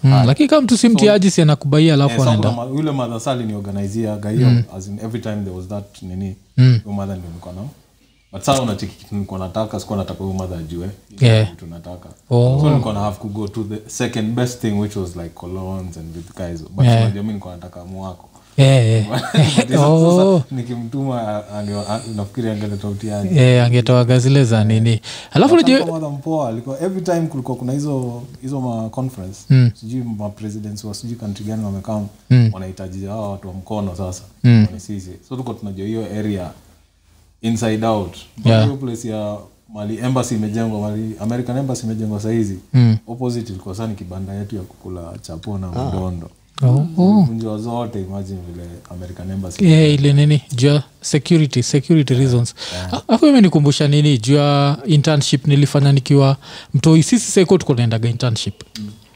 Mm, lakini kama mtu si mtiaji si anakubaia alafu Eh, anaenda sababu na- yule madha sali ni organizia Mm. gaio as in every time there was that nini huyo madha ndio nilikuwa nao but saa unacheki kitu nilikuwa nataka sikuwa nataka huyo madha ajue Yeah. kitu nataka Oh. so nilikuwa na have to go to the second best thing which was like colons and vitu hizo but Yeah. yeah. unajua mimi nilikuwa nataka (laughs) mwako (laughs) Eh, eh. (laughs) Oh. sasa nikimtuma ange- a- nafikiri yaani. angeleta utiaji Eh, angetoaga zile za nini alafu Hata najua kama madha mpoa alikuwa every time kulikuwa kuna hizo hizo ma conference Hmm. sijui ma presidents wa sijui country gani wamekaa wanahitaji hawa watu wa mkono sasa Hmm. ni sisi so tuko tunajua hiyo area inside out But Yeah. hiyo place ya mali embassy imejengwa mali american embassy imejengwa sahizi Hmm. opposite ilikuwa sasa ni kibanda yetu ya kukula chapo na mdondo Oh, Hmm. vunjwa zote imagine vile american embassy Eh, ile nini juu ya security security reasons afu imenikumbusha nini juu ya internship nilifanya nikiwa mtoi sisi seko tuko naendaga internship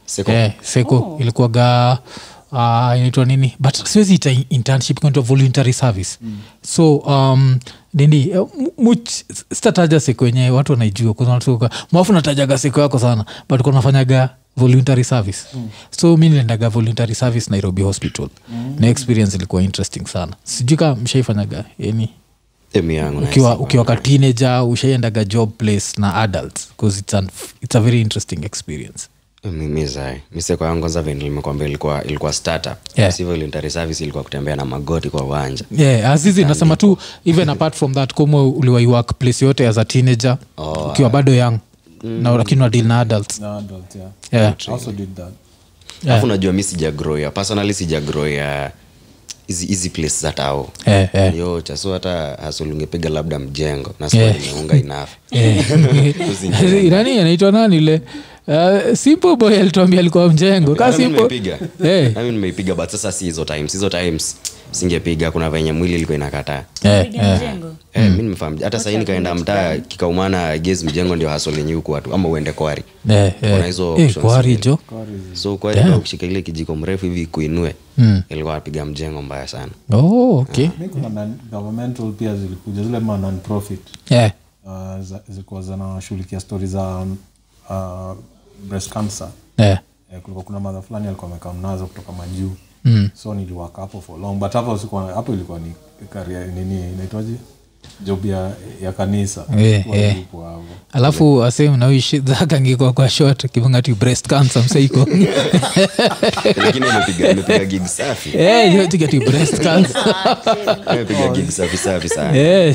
Seko. yeah, seko oh. ilikuwaga uh, inaitwa nini but siwezi ita internship inaitwa voluntary service mm. so um, nini eh, mu- much sitataja siku wenyewe watu wanaijua kwa sababu wanatuka, mwafu natajaga siku yako sana but kuna nafanyaga voluntary service mm. so mi nilendaga voluntary service nairobi hospital mm. na experience ilikuwa interesting sana sijui kama mshaifanyaga yani Em yangu na ukiwa, hisi- ukiwa ka teenager ushaendaga job place na adults bcause it's, an, it's a very interesting experience mimi zae miseko yangu kwanza venye limekwambia ilikuwa ilikuwa startup Yeah. sivyo voluntary service ilikuwa kutembea na magoti kwa uwanja yeah, azizi nasema tu even apart from that komo uliwai work place yote as a teenager oh, ukiwa bado young mm. na lakini wadil na adults na adult, yeah. yeah. I also did that. alafu unajua mi sijagroya personally sijagroya hizi hizi place za tao Yeah, yeah. yo chasu hata hasulungepiga labda mjengo na sasa nimeunga enough (laughs) Eh, nani anaitwa nani ile uh, simple boy alituambia alikuwa mjengo ka Nami simple Yaani nimeipiga Eh. nami nimeipiga but sasa si hizo times hizo times singepiga kuna venye mwili ilikuwa inakataa Eh, Piga mjengo. Eh, Hmm. mi nimefahamu hata sahii nikaenda mtaa kikaumana gezi mjengo ndio hasolenyi huku watu ama uende kwari eh, eh. Kuna hizo Eh, options kwari mbili. jo so kwari ukishika ile kijiko mrefu hivi kuinue Hmm. ilikuwa napiga mjengo mbaya sana (laughs) oh, Uh-huh. okay. Mi kuna non- governmental pia zilikuja zile ma non-profit yeah. uh, za- zilikuwa zinashughulikia stori za um, uh, breast cancer Yeah. eh, kulikuwa kuna madha fulani alikuwa amekaa mnazo kutoka majuu mm. so niliwaka hapo for long but hapo sikuwa hapo ilikuwa ni karia nini inaitwaje job ya, ya kanisa Eh, Huwa eh. nilikuwa hapo. (laughs) alafu asem naushidhakangikwa kwa shot kivangati breast cancer (laughs) msaiko lakini imepiga imepiga gig (laughs) safi Eh, you have to get your breast (laughs) cancer imepiga gig safi safi (laughs) sana Eh,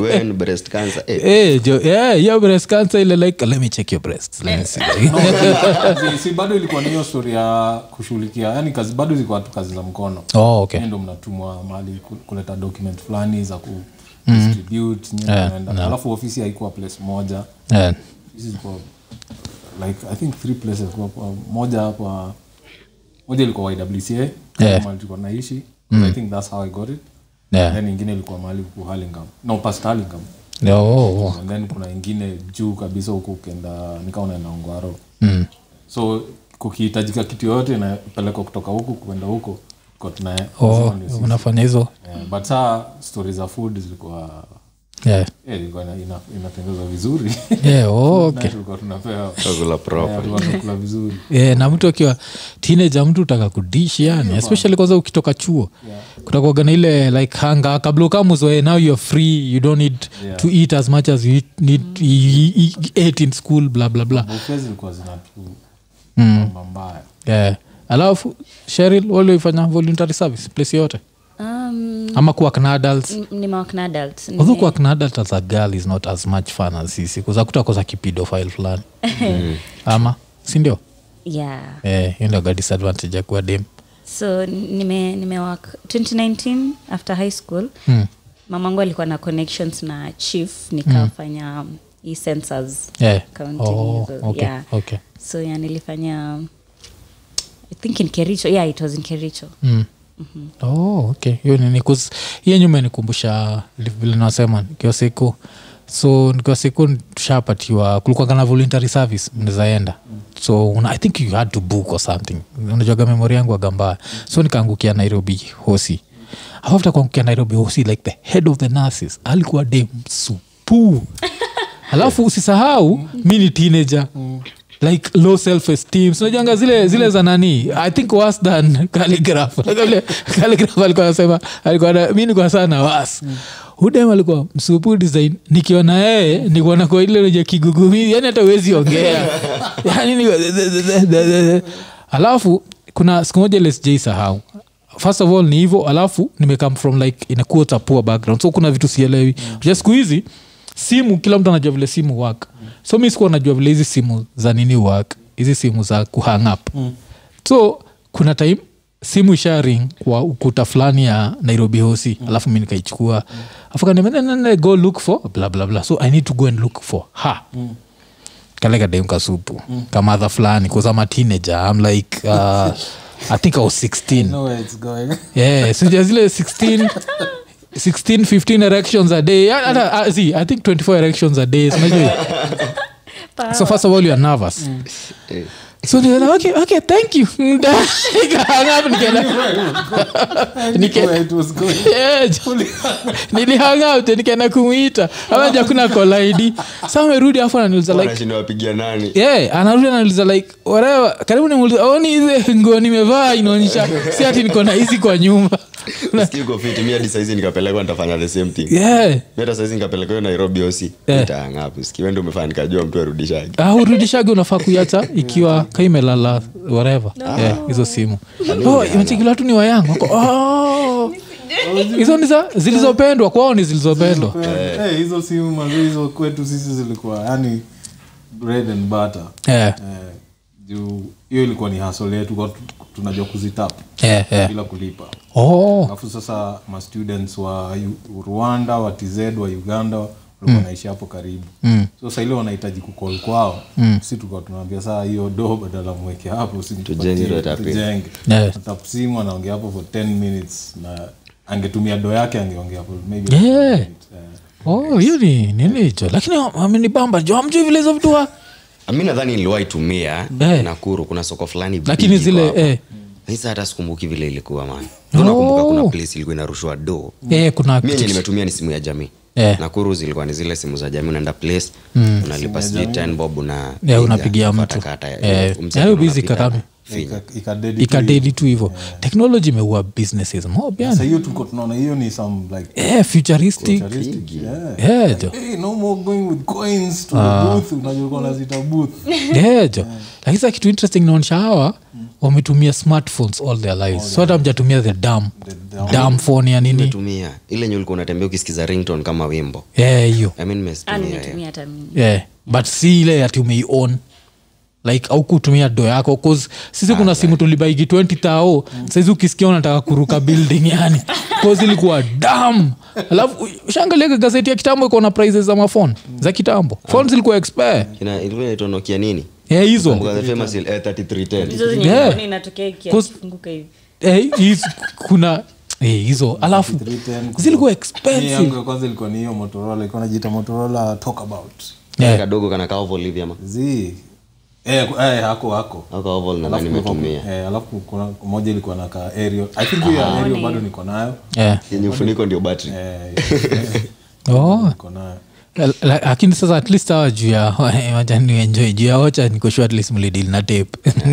UN breast cancer eh, eh, jo- eh, your breast cancer ile like let me check your breast Let me see. Si- si bado ilikuwa ni hiyo stori ya kushughulikia yani kazi bado zilikuwa tu kazi za mkono (laughs) oh, okay. Nyinyi ndo mnatumwa mahali ku- kuleta document fulani za ku Mm. distribute nyinyi mnaenda. alafu ofisi haikuwa place moja Eh, Ofisi zilikuwa like i think three places kwa, kwa moja hapa moja ilikuwa ywca Yeah. Mm. mahali tulikuwa naishi i think thats how i got it Yeah. then ingine ilikuwa mahali ku Hurlingham. no past Hurlingham. no, eh, oh, oh. and then kuna ingine juu kabisa huko ukenda nikaa unaenda ungwaro Mm. so kukihitajika kitu yoyote inapelekwa kutoka huku kwenda huko Kwa tuna- Oh, lazima ni- unafanya hizo Eh, but saa stori za food zilikuwa yeah. eh, ilikuwa ina- ina- inatengezwa vizuri (laughs) Yeah, oh, Na okay. tulikuwa tunapewa chakula Eh, proper tulikuwa tunakula vizuri yeah, Eh, na mtu akiwa teenager mtu utaka kudishi yani especially kwanza ukitoka chuo yeah. kutakuaga na ile like hanga kabla ukamuzoe now youare free you don't need yeah. Mm. to eat as much as you eat- need you eat- ate in school bla bla bla bufe zilikuwa zinatu mambo mbaya yeah. Eh, alafu sheril walioifanya voluntary service place yote Um, ama kuwa kna adults m- ni mawakna adults. Ni- although kuwa kna adult as a girl is not as much fun as sisi kuzakuta koza kipidofile fulani ama sindio yeah. eh, hiyo ndio ga disadvantage ya kuwa dem so nime nimewak 2019 after high school Hmm. mamangu alikuwa na connections na chief nikafanya mm. hii sensors yeah. Counting oh, hizo, okay, yeah. okay. so yeah, nilifanya i think in kericho yeah it was in kericho Mm. Oh, okay. hiyo nini kus- hiyo nyuma nikumbusha vile nasema nikiwa siku so nikiwa siku tushapatiwa kulikuwa kana voluntary service mnazaenda so una, i think you had to book or something unajuaga memori yangu agambaya so nikaangukia nairobi hosi Alafu after kuangukia nairobi hosi like the head of the nurses alikuwa dem supuu (laughs) alafu usisahau mi ni teenager like low self esteem sinajanga zile zile za nani i think worse than (laughs) calligraph Like vile calligraph alikuwa anasema alikuwa na, mi nikuwa sana was udem alikuwa msupu design nikiwa na yeye nikuona kwa ile lenye kigugumi yani hata uwezi ongea (laughs) yani niko- alafu kuna siku moja lsj sahau first of all ni hivo alafu nimekam from like in a quarter poor background so kuna vitu sielewi ja siku hizi simu kila mtu anajua vile simu work so mi sikuwa najua vile hizi simu za nini work hizi simu za kuhang up so kuna time simu isharing kwa ukuta fulani ya nairobi hosi alafu mi nikaichukua alafu kaniambia, "Nene, nene, go look for blah, blah, blah. so i need to go and look for her kalekademkasupu mm. kamadha fulani kuzama teenager i'm like uh, i think i was 16 no where it's going yeah sinja zile 16 16 15 erections a day Ah, ah, ah, see, i think 24 erections a day sinajua hiyo? so first of all you are nervous eh. so they were like, okay, okay, thank you Nikahang up, nikaenda- Anywhere it was going Yeah, jo- nilihang out nikaenda kumwita amaja kuna kolaidi sa amerudi afu ananiuliza like Wanashindwa wapigia nani yeah, anarudi anauliza like "Oh, whatever karibu nimuuliza oni hize nguo nimevaa inaonyesha si ati niko na hizi kwa nyumba Usikii uko fiti, mi hadi saizi nikapelekwa nitafanya the same thing yeah. Mi hata saizi nikapelekwa hiyo nairobi osi Eh. nitaangapu sikiwendo umefaa nikajua mtu arudishake Ah, urudishage unafaa kuiacha ikiwa kaimelala whatever yeah, hizo simu oh, imechekiliwa tu ni wayangu Wako, oh. hizo ni za zilizopendwa kwao ni zilizopendwa Eh, hizo simu mazee hizo kwetu sisi zilikuwa yani bread and butter Eh, Eh, juu hiyo ilikuwa ni hasole yetu kwa tu- tunajua kuzitap eh, eh. bila kulipa Oh, alafu sasa ma students wa U- rwanda wa tz wa uganda walikuwa wanaishi hapo karibu mm. so saile wanahitaji kukol kwao mm. si tukawa tunaambia saa hiyo do badala mweke hapo si Tujenge tupatie, hiyo tap in. tujenge Yeah. Tap simu anaongea hapo for 10 minutes na angetumia do yake angeongea hapo maybe Yeah. Eh, oh, hiyo ni nini hicho lakini amenibamba jo amjui vile hizo vitu wa- mi Ah, nadhani niliwahi tumia Eh. nakuru kuna soko fulani Lakini big zile, iko hapa. eh. Lakini sasa hata sikumbuki vile ilikuwa man Oh. nakumbuka kuna place ilikuwa inarushwa do eh, kuna mi yenye kitu- nimetumia ni simu ya jamii Eh. nakuru zilikuwa ni zile simu za jamii unaenda place mm. unalipa sijui 10 bob una Eh, unapigia mtu katakata ya- Eh, mzee hayo tu busy unapita. kakame Finya. ika- ikadedi tu ikadedi tu hivyo teknoloji imeua businesses mob Sasa yani hiyo tulikuwa tunaona hiyo ni some like eh, futuristic futuristic, yeah. eh, jo Hey, no more going with coins to the booth unajua uko nazita booth (laughs) dejo lakini sa kitu interesting naonyesha hawa wametumia smartphones all their lives so hata mjatumia the dam dam phone ya nini nimetumia ile nye ulikuwa unatembea ukisikiza rington kama wimbo Eh, hiyo I mean, nimesitumia hiyo. Yaani nimetumia hata mimi yeah. but si ile ati umeion like au kutumia do yako cause sisi kuna simu tulibaigi 20 tao saizi ukisikia unataka kuruka building (laughs) yani cause ilikuwa dam alafu shangaleka gazeti ya kitambo iko na prices za mafon za kitambo fon zilikuwa expire Ina- ilikuwa inaitwa nokia nini Eh, hizo Kumbuka the famous il- eh, 3310. hizo zenye Yeah. yeah. inatokea Cause- ikifunguka hivi Eh, hizo- kuna eh, hizo alafu 310 kuna- zilikuwa Hii Eh, yangu expensive ya kwanza ilikuwa ni hiyo motorola ilikuwa najiita motorola talk about Yeah. kadogo kana ka oval hivi ama z eh, ku- eh, hako hako Au ka oval nadhani Alafu kulikuwa- nimetumia eh, alafu kuna moja ilikuwa na ka aerial i think hiyo ya aerial bado niko nayo Yeah. yenye ufuniko ndio battery Eh, eh, (laughs) (laughs) Oh, niko nayo la- la- lakini sasa at least hawa juu ya (laughs) wacha nienjoy juu ya wacha nikoshua at least mlidil na tape Oh,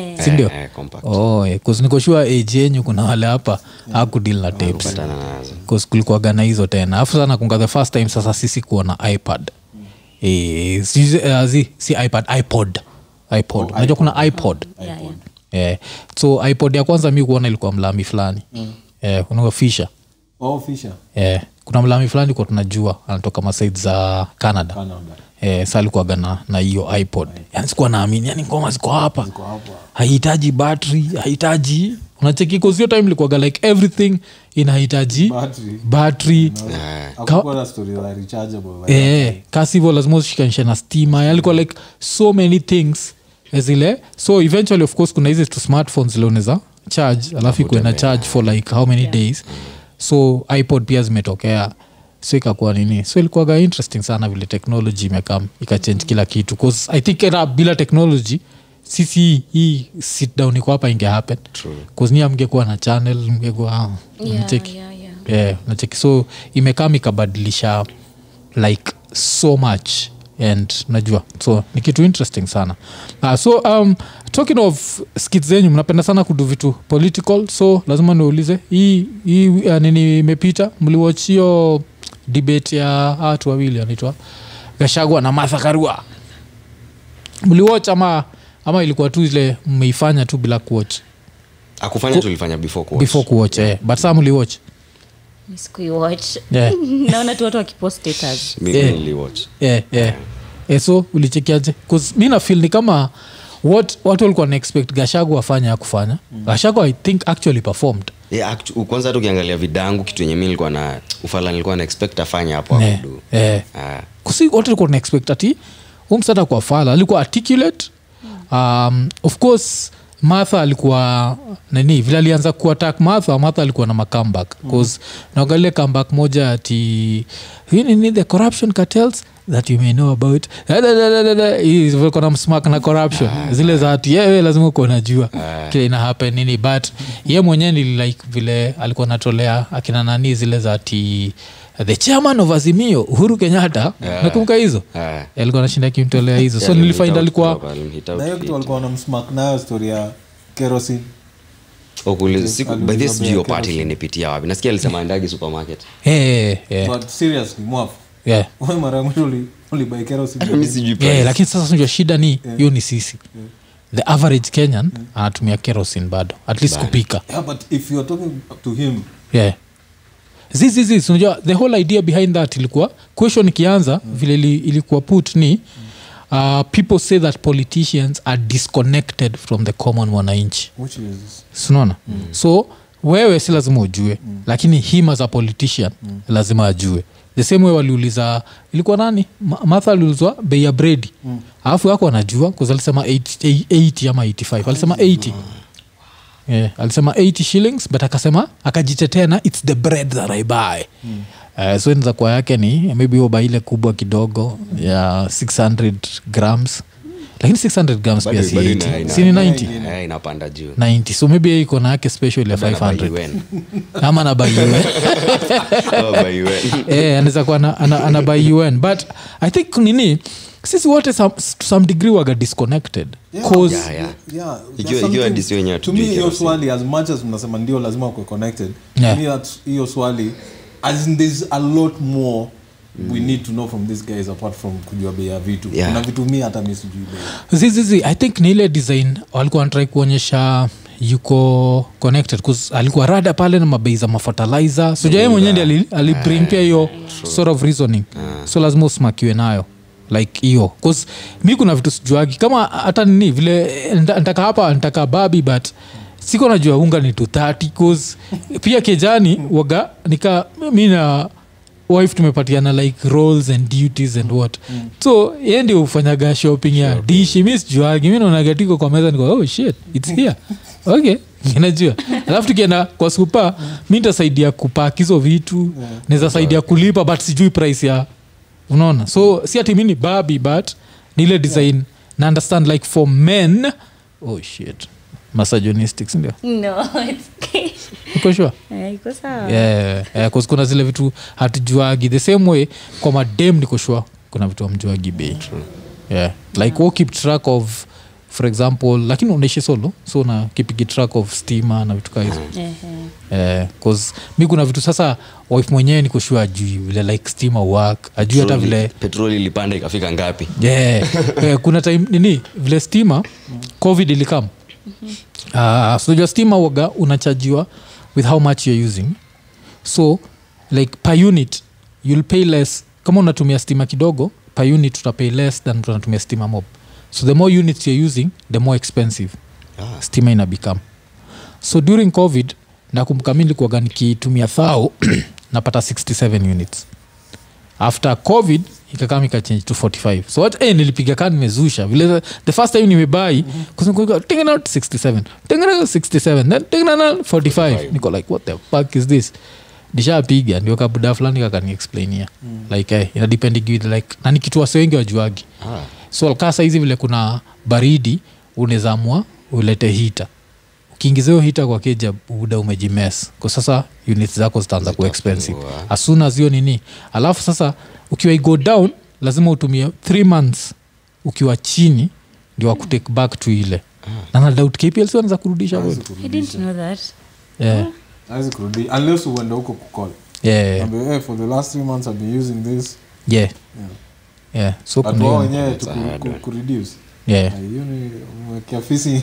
Eh. sindio Eh, eh, compact. nikoshua age yenyu kuna wale hapa hakudil na tapes Patana nazo. kulikuaga na hizo tena alafu sana kunga the first time sasa sisi kuona ipad Eh, si, eh, zi- si ipad ipod ipod unajua kuna ipod Yeah, yeah. Eh, so ipod ya kwanza mi kuona ilikuwa mlami fulani Eh, kunaga fisha oh fisher eh, kuna mlami fulani kuwa tunajua anatoka masaid za canada canada eh, sa alikuwaga na na hiyo ipod yani sikuwa naamini yani ngoma ziko hapa Iko hapo haihitaji battery haihitaji unacheki kuzio time ilikuwaga like everything inahitaji battery battery Eh, hakukuwa na story za rechargeable like, eh, kasi hivo lazima ushikanishe na stima yalikuwa like so many things zile so eventually of course kuna hizi tu smartphones zile unaweza charge alafu ikuwe na charge for like how many days so ipod pia zimetokea so ikakuwa nini so ilikuwaga interesting sana vile technology imekam ikachange kila kitu bcause i think era bila technology sisi hii sit down iko hapa inge happen kuznia mngekuwa na channel mngekuwa ah, mcheki yeah, yeah. yeah, nacheki so imekam ikabadilisha like so much and najua so ni kitu interesting sana uh, so um, talking of skit zenyu mnapenda sana kudu vitu political so lazima niulize hii hii uh, nini imepita mliwachio debate ya hawa watu wawili anaitwa gashagwa na martha karua mliwach ama ama ilikuwa tu ile mmeifanya tu bila kuwatch akufanya tulifanya before kuwatch. before kuwatch eh. but saa mliwatch Mi sikuiwatch yeah. (laughs) naona tu watu wakipost (laughs) status Mimi Eh. niliwatch. yeah, yeah. yeah. so ulichekiaje 'Cause mi nafil ni kama what, watu walikuwa naexpect gashagu afanye akufanya mm. gashagu i think actually performed Yeah, actu- kwanza hata ukiangalia vidangu kitu yenye mi nilikuwa na ufala nilikuwa na expect afanye hapo Eh, akudu eh. kusi watu walikuwa naexpect ati umsata kwa fala alikuwa articulate um, of course martha alikuwa nini vile alianza kuatak martha martha alikuwa na makambak bcause mm. naangalia comeback moja ati "You need the corruption cartels that you may know about Da, da, da, da, da. Hii zilikuwa na msmak na corruption zile za ati yewe lazima uko najua kile ina happen nini but ye mwenyewe nili like vile alikuwa natolea akina nani zile za ati the chairman of azimio uhuru kenyatta nakumbuka hizo Yeah. alikuwa nashinda akimtolea hizo so nilifind alikuwa na hiyo kitu walikuwa wanamsmak nayo story ya kerosene Okuli- siku- by this sijui hiyo part ilinipitia wapi nasikia alisema ndagi supermarket Eh, eh, eh. but seriously mwafu Yeah. we mara ya mwisho uli- ulibuy (laughs) kerosene. Hata mi sijui price. yeah, lakini sasa unajua shida ni hiyo ni sisi the average kenyan anatumia kerosin bado at least kupika Yeah, but if you are talking to him yeah zizizis unajua the whole idea behind that ilikuwa question ikianza vile ili- ilikuwa put ni uh, people say that politicians are disconnected from the common mwananchi which is sinaona mm. so wewe si lazima ujue mm. lakini him as a politician mm. lazima ajue the same way waliuliza ilikuwa nani Ma- martha aliulizwa bei ya bredi alafu yako anajua kaz alisema 80 80 ama 85 alisema 80 Yeah, alisema 80 shillings but akasema akajitetea na its the bread that i buy mm. uh, so inaweza kuwa yake ni maybe oba ile kubwa kidogo ya 600 grams lakini 600 grams pia si Bado- bado ina- 80 ina- si ni 90 Eh, inapanda juu 90 so maybe yeye iko na yake special ya Na by 500 UN. ama na by un (laughs) Oh, by UN. Eh, anaweza kuwa ana, ana, ana by un but i think nini sisi wote some, to some degree waga disconnected Yeah. cause Yeah, yeah. Yeah, Ikiwa- there's ikiwa something- DC wenyewe to me hatujui hiyo kerosene. swali as much as mnasema ndio lazima kuwe connected Yeah. to me that's- hiyo swali as in there's a lot more we need to know from these guys apart from kujua bei ya vitu Mm. Yeah. na vitu mi hata mi sijui bei zizizi i think ni ile design walikuwa wanatrai kuonyesha yuko connected 'cause alikuwa rada pale na mabei za mafertilizer sujae mwenyewe ndi ali, alibring pia hiyo sort of reasoning so lazima usimakiwe nayo like hiyo bcause mi kuna vitu sijuagi kama hata nini vile eh, nta- ntaka hapa ntaka babi but siko najua unga ni 230 bcause pia kejani waga nika mi na wife tumepatiana like roles and duties and what mm. so ye ndio ufanyaga shopping ya dishi mi sijuagi mi naonaga tiko kwa meza niko oh shit its here okay (laughs) najua alafu tukienda kwa supa mi ntasaidia kupak hizo vitu yeah. naweza saidia kulipa but sijui price ya unaona so si ati mi ni babi but ni ile design yeah. na understand like for men oh shit masajonistic sindio no it's uko sure Eh, iko sawa yeah, yeah, 'cause kuna zile vitu hatujuagi the same way kwa madem nikoshua kuna vitu amjuagi bei yeah. like yeah. keep track of for example lakini unaishi solo so una kipigi track of stima na vitu kaa hizo Ehe. Mm-hmm. yeah, cause mi kuna vitu sasa wife mwenyewe nikoshua ajui vile like stima work ajui hata vile petroli ilipanda ikafika ngapi yeah. eh, kuna time nini vile stima covid ilikam uh, so jua stima waga unachajiwa with how much youare using so like per unit youll pay less kama unatumia stima kidogo per unit utapay less than mtu anatumia stima mob so the more units youare using the more expensive Ah. stima ina become so during covid nakumbuka mi nilikuwaga nikitumia thao (clears throat) napata 67 units after covid ikakam ikachange to 45 so what, eh, nilipiga kaa nimezusha vile the first time nimebai kusinkuika tengana 67 tengana 67 then tengana 45 niko like what the fuck is this nishapiga ndio kabuda fulani kakaniexplainia mm. like eh, inadependigi with like na nikitu wase wengi wajuagi Ah. so kaa saizi vile kuna baridi unezamua ulete hita ukiingiza hiyo hita kwa keja buda umejimes kwa sasa unit zako zitaanza kuwa expensive Zitapungua. as soon as hiyo nini alafu sasa ukiwa i go down lazima utumie three months ukiwa chini ndio wakutake back to ile na na doubt kplc wanaweza kurudisha kweli i didn't know that yeah. awezi kurudi unless uende huko kukol yeah. for the last three months i've been using this yeah. yeah. so but kuna wao hiyo- wenyewe That's tu a ku- hard ku- one. kureduce yeah. Ah, hiyo ni mwekea fisi (laughs)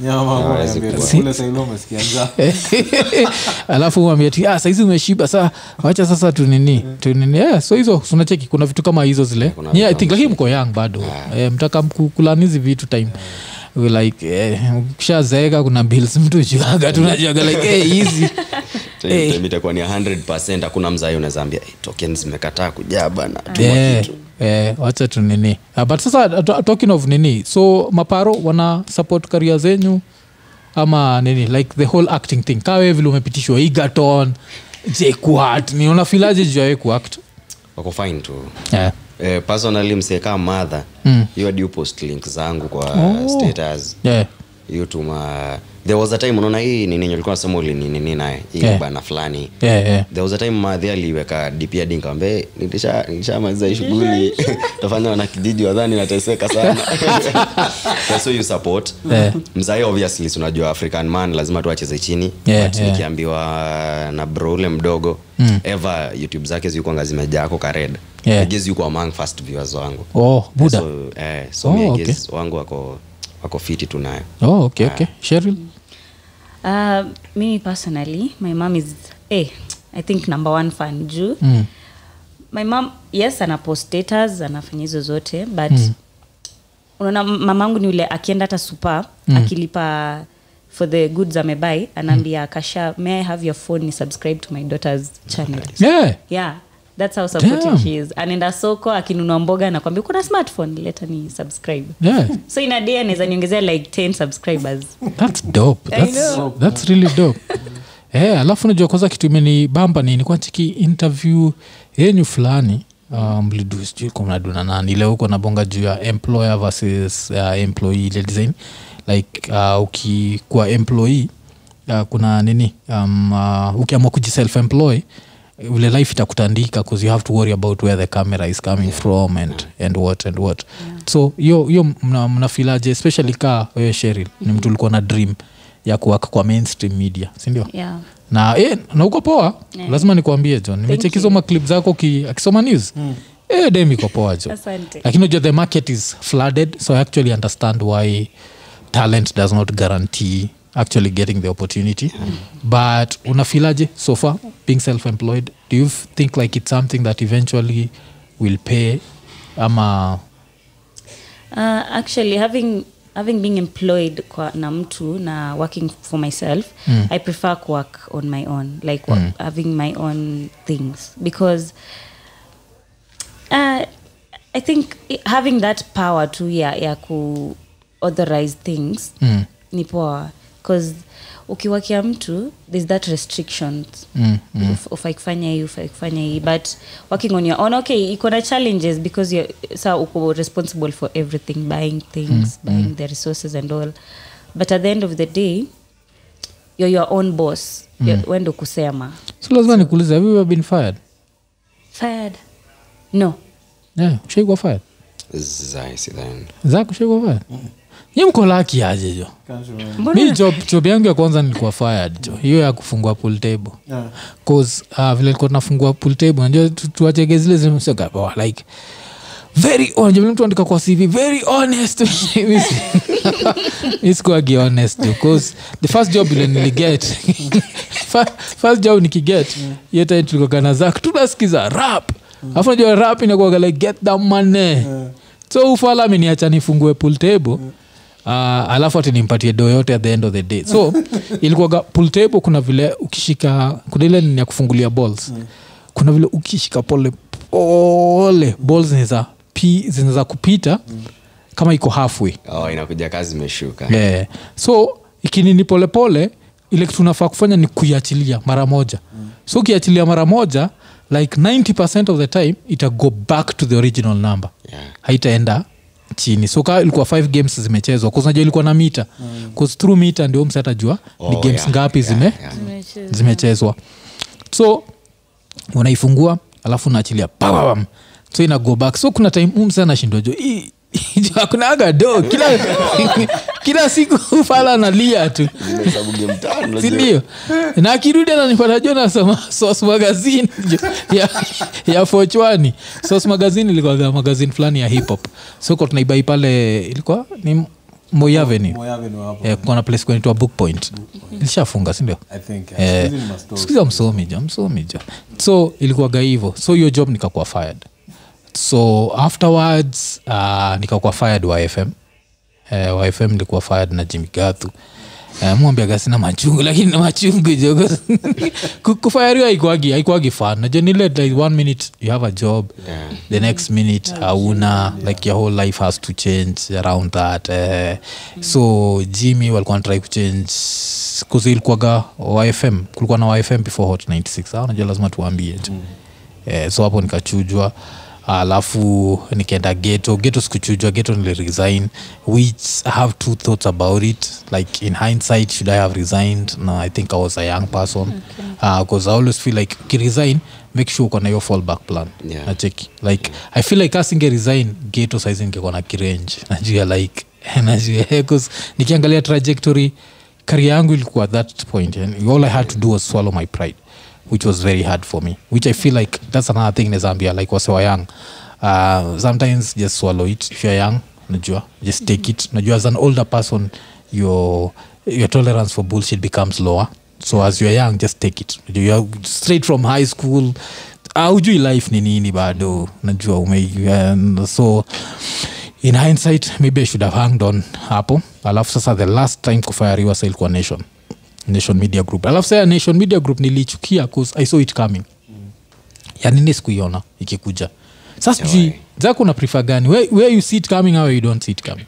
nyama Hawezi unaambia, kuwa. "Kule saa ile umesikia (laughs) njaa." (laughs) alafu mwambia ti ah, saizi umeshiba saa wacha sasa tunini tunini yeah, Eh, so hizo sunacheki kuna vitu kama hizo zile kuna yeah, I vitu think lakini mko young bado eh, mtaka kulanizi vitu time We like eh, ukishazeeka kuna bills mtu juaga tunajuaga like eh, (laughs) hizi Time- Eh. time itakuwa ni 100 hakuna mzai unaweza ambia "Eh, token zimekataa kujaa bana tuma Eh, kitu eh, wacha tu nini Ah, but sasa to- talking of nini so maparo wana support karia zenyu ama nini like the whole acting thing kawe vile umepitishwa igaton jekuat ni unafilaje juu yawe kuact wako fine tu yeah. eh, personally msekaa madha hiyo mm. post link zangu kwa oh. status yeah. hiyo tuma there was a time unaona hii nini yenye ulikuwa unasema ulininini naye hii Yeah. bana fulani yeah, yeah. there was a time madhi aliweka dipiadi nikamwambia "Eh, nilisha nilishamaliza hii shughuli tafanya wanakijiji wadhani nateseka sana That's why you support Yeah. mzai obviously si unajua african man lazima tu acheze chini Yeah, But yeah. Mm. nikiambiwa na bro ule mdogo eva youtube zake zikwanga zimejaa ko kared Yeah. Guess yuko among first viewers wangu oh buda so, eh, so Oh, me, I okay. guess wangu wako wako fiti tu nayo oh okay okay Cheryl? Uh, mimi personally my mom is eh, i think number one fan juu Mm. my mom yes ana post status anafanya hizo zote but unaona m- mamangu ni yule akienda hata supa akilipa for the goods amebai anaambia kasha may i have your phone ni subscribe to my daughter's channel yeah yeah that's how supportive Damn. she is anaenda soko akinunua mboga anakwambia kuna smartphone leta ni subscribe yeah so in a day anaweza niongezea like 10 subscribers that's dope I that's, know. that's really (laughs) dope Eh, alafu najua kwanza kitu imenibamba ni nilikuwa chiki interview yenyu fulani uh, mlidu sijui kwa mnadu na nani leo uko nabonga juu ya employer versus uh, employee ile design like uh, ukikuwa employee uh, kuna nini um, uh, ukiamua kujiself employ vile life itakutandika bcause you have to worry about where the camera is coming from and, and what and what so hiyo hiyo mna- mnafilaje especially kaa wewe sheril ni Mm. mtu ulikuwa na dream ya kuwaka kwa mainstream media sindio yeah na eh, na uko poa Yeah. lazima nikuambie john nimechekizo maclip zako ki- akisoma news Mm. eh, dem iko poa john Asante. lakini unajua the market is flooded so i actually understand why talent does not guarantee actually getting the opportunity but unafilaje so far being self-employed do you think like it's something that eventually will pay ama Uh, actually having having being employed kwa, na mtu na working for myself i prefer work on my own like wa- having my own things because uh, i think i- having that power tu ya, ya ku authorize things ni poa bcause ukiwakia mtu there's that restrictions ufai kufanya hii ufai kufanya hii but working on your own okay iko na challenges because you're- saa uko responsible for everything buying things buying the resources and all but at the end of the day you're your own boss mm. wendo kusema so lazima nikuulize have you ever been fired fired no yeah, ushaikwa fired zai sidhani zak ushaikwa fired Nyi mko laki aje jo mbona mi job, job yangu ya kwanza nilikuwa fired jo hiyo ya kufungua pool table cause uh, vile likuwa tunafungua pool table najua tu- tuwachege zile zimeseka oh, like very on vile mtu andika kwa cv very honest (laughs) Mi si- mi sikuwagi honest jo cause the first job ile niliget (laughs) Fir- first job nikiget hiyo time tulikokana zak tunasikiza rap afu najua rap inakuaga like get the money so ufala ameniacha nifungue pool table Uh, alafu ati nimpatie do yote at the end of the day so ilikuwaga pool table kuna vile ukishika kuna ile nini ya kufungulia balls kuna vile ukishika pole pole balls zinaweza pi- zinaweza kupita kama iko halfway oh, inakuja kazi imeshuka yeah. so ikinini polepole ile kitu unafaa kufanya ni kuiachilia mara moja so ukiachilia mara moja like 90 of the time ita go back to the original number Yeah. haitaenda chini so ka ilikuwa five games zimechezwa kuznajua ilikuwa na mita mm. through mita ndio msi atajua ni Oh, games yeah, ngapi yeah, zime yeah. zimechezwa so unaifungua alafu unaachilia pam so ina go back so kuna time umsa anashindwa jo "Ii, jo, hakunaaga do kila, (laughs) kila siku fala analia tu Nimehesabu game tano, unajua. sindio na akirudi ananipata jo nasoma sos magazine jo, ya, ya fochwani sos magazine ilikuwaga magazine fulani ya hip hop so kwa tunaibai pale ilikuwa ni Moi Avenue Eh, kuna place kunaitwa book point ilishafunga sindio Eh, sikiza msomi jo msomi jo so ilikuwaga hivo so hiyo job nikakuwa fired so afterwards uh, nikakuwa fired wa fm eh, wa fm nilikuwa fired na jimi gathu eh, mwambiaga sina machungu lakini na machungu jo (laughs) Ku- kufayariwa haikwagi haikwagi fan najua ni let like one minute you have a job Yeah. the next minute hauna like your whole life has to change around that eh. so jimmy walikuwa natrai kuchange kuzi ilikuwaga wafm Ah, kulikuwa na wafm before hot 96 au najua lazima tuwaambie tu eh, so hapo nikachujwa alafu nikaenda geto geto sikuchujwa geto niliresign which i have two thoughts about it like in hindsight should i have resigned no, i think i was a young person because okay. uh, i always feel like ukiresign make sure uko na hiyo fallback plan Yeah. nacheki like i feel like asinge resign geto saizi ningekuwa na kirange (laughs) najua like najua 'cause nikiangalia trajectory career yangu ilikuwa at that point and all i had to do was swallow my pride which was very hard for me which i feel like that's another thing in zambia like wasewa young uh, sometimes just swallow it if you're young najua just take it najua as an older person your your tolerance for bullshit becomes lower so as you're young just take it you're straight from high school aujui life ni nini bado najua ume and so in hindsight maybe i should have hanged on hapo alafu sasa the last time kufayariwa sa ilikuwa nation nation media group alafu saa nation media group nilichukia cause i saw it coming yani ni sikuiona ikikuja sasa sijui why? zako una prefer gani where, where you see it coming or you don't see it coming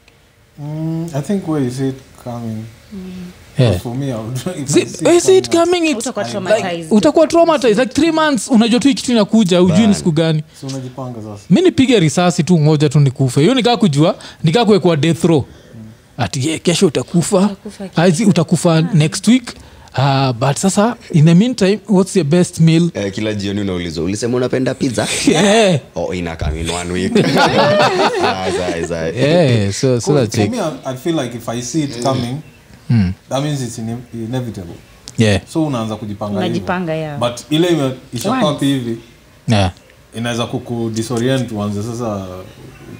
Mm, I think where you see it coming. yeah. For me, I would, (laughs) if I See- see where you it see it coming, coming it's, Utakuwa like, traumatized. utakuwa traumatized like three months unajua tu hii kitu inakuja ujui ni Bana. siku gani si unajipanga sasa. mi nipige risasi tu moja tu nikufe hiyo nikaa kujua nikaa kuwekwa death row ati ye, kesho utakufa Utakufa kesho. aizi Ah. utakufa next week uh, but sasa in the meantime what's your best (laughs) meal Eh, kila jioni unaulizwa ulisema unapenda (laughs) pizza yeah. oh, ina come in (laughs) one week Ah, zai, zai. Yeah, so, so For that's it. Mm. me, I, I feel like if I see it coming, that means it's ine inevitable. Yeah. So unaanza kujipanga hivyo. Unajipanga, yeah. But ile ime- ishakapi hivi Yeah. inaweza kukudisorient uanze sasa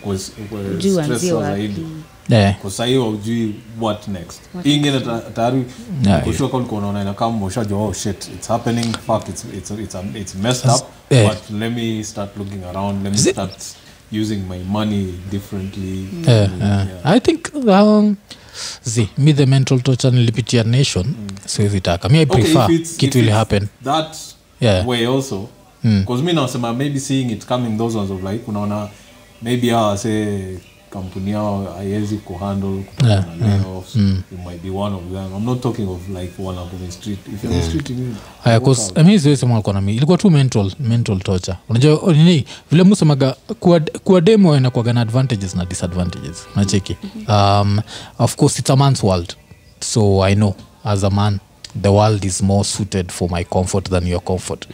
ukue- ukue Ujui uanzie stressed wapi. zaidi. Yeah. Kwa sahii haujui what next. Hii ingine ta- tayari Yeah. kushuka kama ulikuwa unaona ina kama ushajua oh shit it's happening fuck it's it's it's it's messed That's- up yeah. but let me start looking around let me it- start using my money differently. Yeah, yeah. i think um, zi mi the mental torture nilipitia nation siwezi taka mi i prefer Mm. if it's- kitu if ili it's happen that Yeah. Mm. way also because mi nasema maybe seeing it coming those ones of like unaona maybe hawa wase kampuni yao haiwezi kuhandle kutokana Yeah, Mm. na layoffs. you might be one of them i'm not talking of like one up on the street if you're on the street you need to Haya, walk 'cause, out. I mean, siwezi sema walikuwa na mi ilikuwa tu mental mental torture unajua oh, nini vile musemaga kuwa, kuwa demo inakwaga na advantages na disadvantages unacheki um, of course it's a man's world so i know as a man the world is more suited for my comfort than your comfort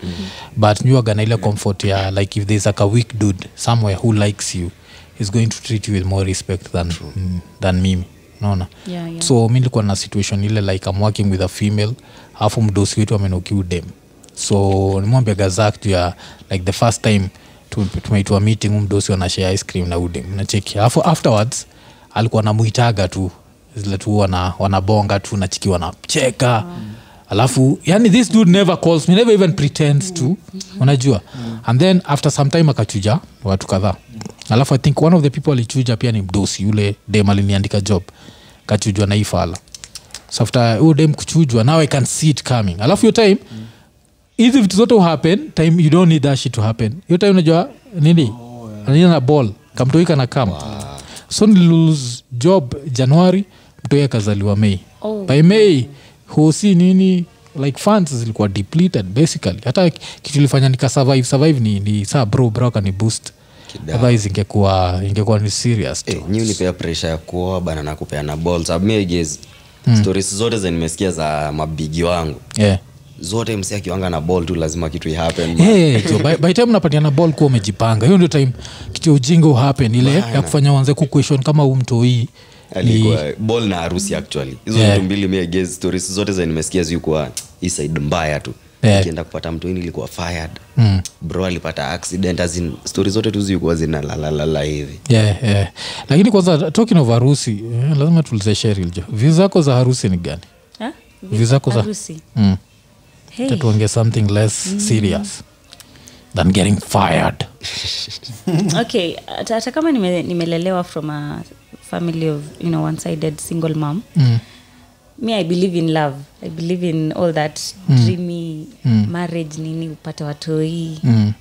but nyuaga na ile comfort ya like if there's like a weak dude somewhere who likes you is going to treat you with more respect than, mm, than mimi naona Yeah, yeah. so mi nilikuwa na situation ile like I'm working with a female alafu mdosi wetu amenokiu dem so nimwambia gazak juu ya like the first time tu- tumeitwa meeting huu mdosi anashare ice cream na udem nacheki alafu afterwards alikuwa namuitaga tu zile tu wana, wanabonga tu nachiki wanacheka alafu yani this dude never calls me never even pretends Mm. to unajua and then after some time akachuja watu kadhaa Mm. alafu i think one of the people alichuja pia ni mdosi yule dem aliniandika job kachujwa na hii fala so after huyo dem kuchujwa now i can see it coming alafu hiyo time hizi vitu zote uhappen time you don't need that shit to happen hiyo time unajua nini oh, na ball kamtoika na kam so nililose job januari mtoi akazaliwa mei Oh. by mei hosi nini like funds zilikuwa depleted basically hata kitu ilifanya nika survive survive ni, ni saa bro bro akani boost Kidao. otherwise ingekuwa ingekuwa ni serious tu Eh, nyi unipea pressure ya kuoa bana na kupeana balls Sababu mi guess, Hmm. stories zote za nimesikia za mabigi wangu yeah. zote msi akiwanga na ball tu lazima kitu ihappen man. Yeah, yeah, jo, by, by time unapatiana ball kuwa umejipanga hiyo ndio time kitu ya ujinga uhappen ile ya kufanya uanze kuquestion kama huu mtoii alikuwa ball na harusi actually hizo Yeah. vitu mbili mi I guess, stories zote za nimesikia zilikuwa hii side mbaya tu Yeah. ikienda kupata mtu ini ilikuwa fired mm. bro alipata accident as in stories zote tu zilikuwa zinalalalala hivi yeah, yeah. lakini kwanza talking of harusi eh, lazima tulize sheril jo view zako za harusi ni gani Huh? view zako za Harusi. mm. Hey. Mm. Acha tuongee something less serious than getting fired okay hata hata kama nime- nimelelewa from a family of you know one sided single mom mm. me i believe in love i believe in all that mm. dreamy mm. marriage nini upate watoi mm.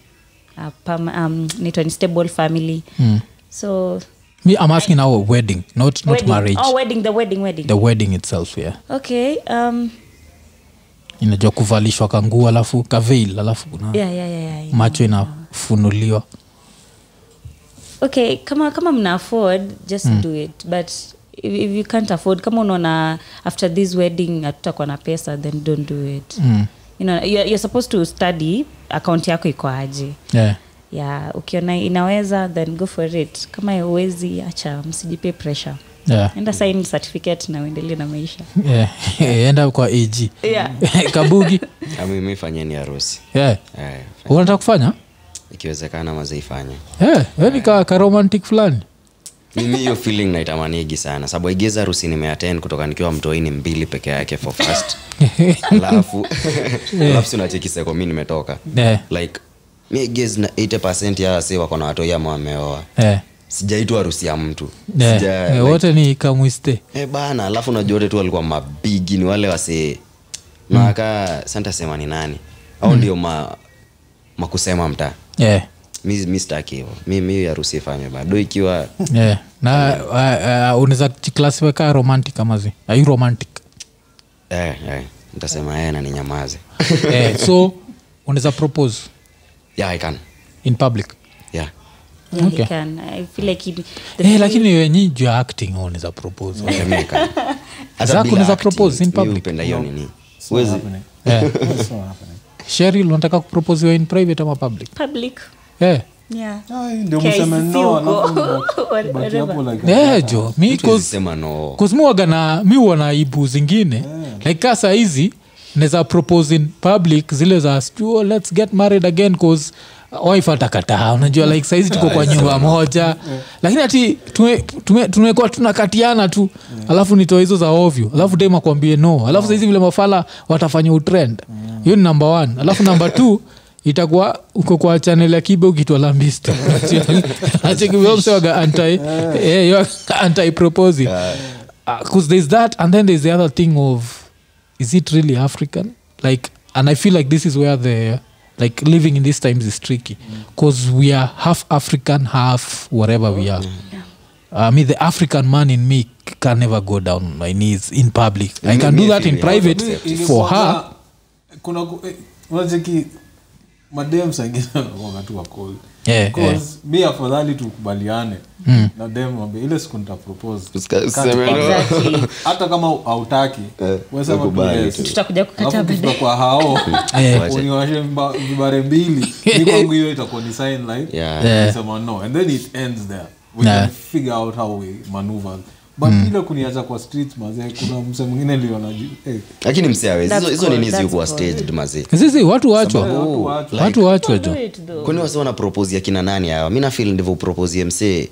uh, um, naitwa ni stable family mm. so me i'm asking now a wedding not, not wedding. marriage Oh, wedding the wedding wedding the Ah. wedding itself yeah okay um, inajua kuvalishwa kanguu alafu kaveil alafu kuna yeah, yeah, yeah, yeah. macho inafunuliwa okay kama kama mna afford just mm. do it but if, if you can't afford kama unaona after this wedding hatutakuwa na pesa then don't do it Mm. you know, you're, you're supposed to study account yako iko aje yeah. ya ukiona inaweza then go for it kama uwezi acha msijipe pressure Yeah. enda sign certificate na uendelee na maisha Yeah. (laughs) enda kwa ag yeah. (laughs) kabugi mimi fanyeni harusi yeah. Eh, fa- unataka kufanya ikiwezekana mazeifanya yeah. we ni ka, ka romantic fulani (laughs) mimi hiyo feeling naitamanigi sana sababu igeza harusi nimeattend kutoka nikiwa mtoi ni mbili peke yake for (laughs) first alafu alafu si unacheki seko mi nimetoka yeah. like mi guess na 80 ya wasi wako na watoi ama wameoa Yeah. sijaitwa harusi ya mtu Yeah. Sija- Eh, like, wote ni kamwiste eh, bana alafu najua wote tu walikuwa mabigi ni wale Hmm. wasee naaka santasema ni nani au ndio ma makusema mtaa yeah. mi mi sitaki hivo mimi harusi ifanywe bado ikiwa yeah. na uh, uh, unaweza classify ka romantic ama zi ai romantic eh, eh, ntasema eh, (laughs) na ninyamaze yeah. so unaweza propose yeah, I can. in public Yeah. Yeah, Okay. you can. I feel like it, the Eh, lakini wenyi juu ya acting unaweza propose Yeah, mi I (laughs) can. Hata Zako bila unaweza acting, propose in mi public? hupenda hiyo nini It's not Huwezi- happening. yeah. It's not happening. Cheryl, unataka kupropose iwe in private ama public public yeah. yeah Ah, ndio KICC mseme no alafu huko. mbaki- mbaki (laughs) Whatever. hapo like a- yeah, jo mi cause- Siwezi sema no kusimiwagana mi huona aibu zingine yeah. like ka sahizi naweza propose in public zile za "Oh, let's get married again cause uh, wife atakataa unajua like sahizi tuko kwa nyumba moja lakini ati tume- tume- tumekuwa tunakatiana tu alafu nitoa hizo za ovyo alafu dem akwambie no alafu sahizi vile mafala watafanya utrend hiyo ni number one alafu number two itakuwa uko kwa chanel ya kibe ukitwa lambisto (laughs) achekivomsewaga anti eh, yo- anti proposing because there's that and then there's the other thing of is it really african like and i feel like this is where the like living in these times is tricky because we are half african half whatever we are i mean the african man in me c- can never go down on my knees in public i Me- can me, do I that feel in we private have Mi for ilikuwaga- her kuna ku- eh, unacheki madem (laughs) saingine wakatu wakol Yeah, Hmm. mi afadhali tukubaliane na dem ambia ile siku nita propose Usika- usiseme no. exactly (laughs) hata kama hautaki Eh, we sema ukubali tu yes. tu. tutakuja Alafu kukataa baadaye tukikwa (laughs) hao Eh. uniwashe mba- vibare mbili mi kwangu hiyo itakuwa ni sign like Yeah. Yeah. nisema no and then it ends there we Yeah. Hmm. can figure out how we maneuver but ile kuniacha kwa street mazee kuna mse mwingine niliona juu- eh, lakini msee hawezi. That's Hizo- hizo nini cool, that's zikuwa cool. staged mazee sisi watu wachwa oh, watu wacha. watu wachwa Do jo it though. kwani wasi wanaproposia kina nani hawa mi nafil ndivyo uproposie msee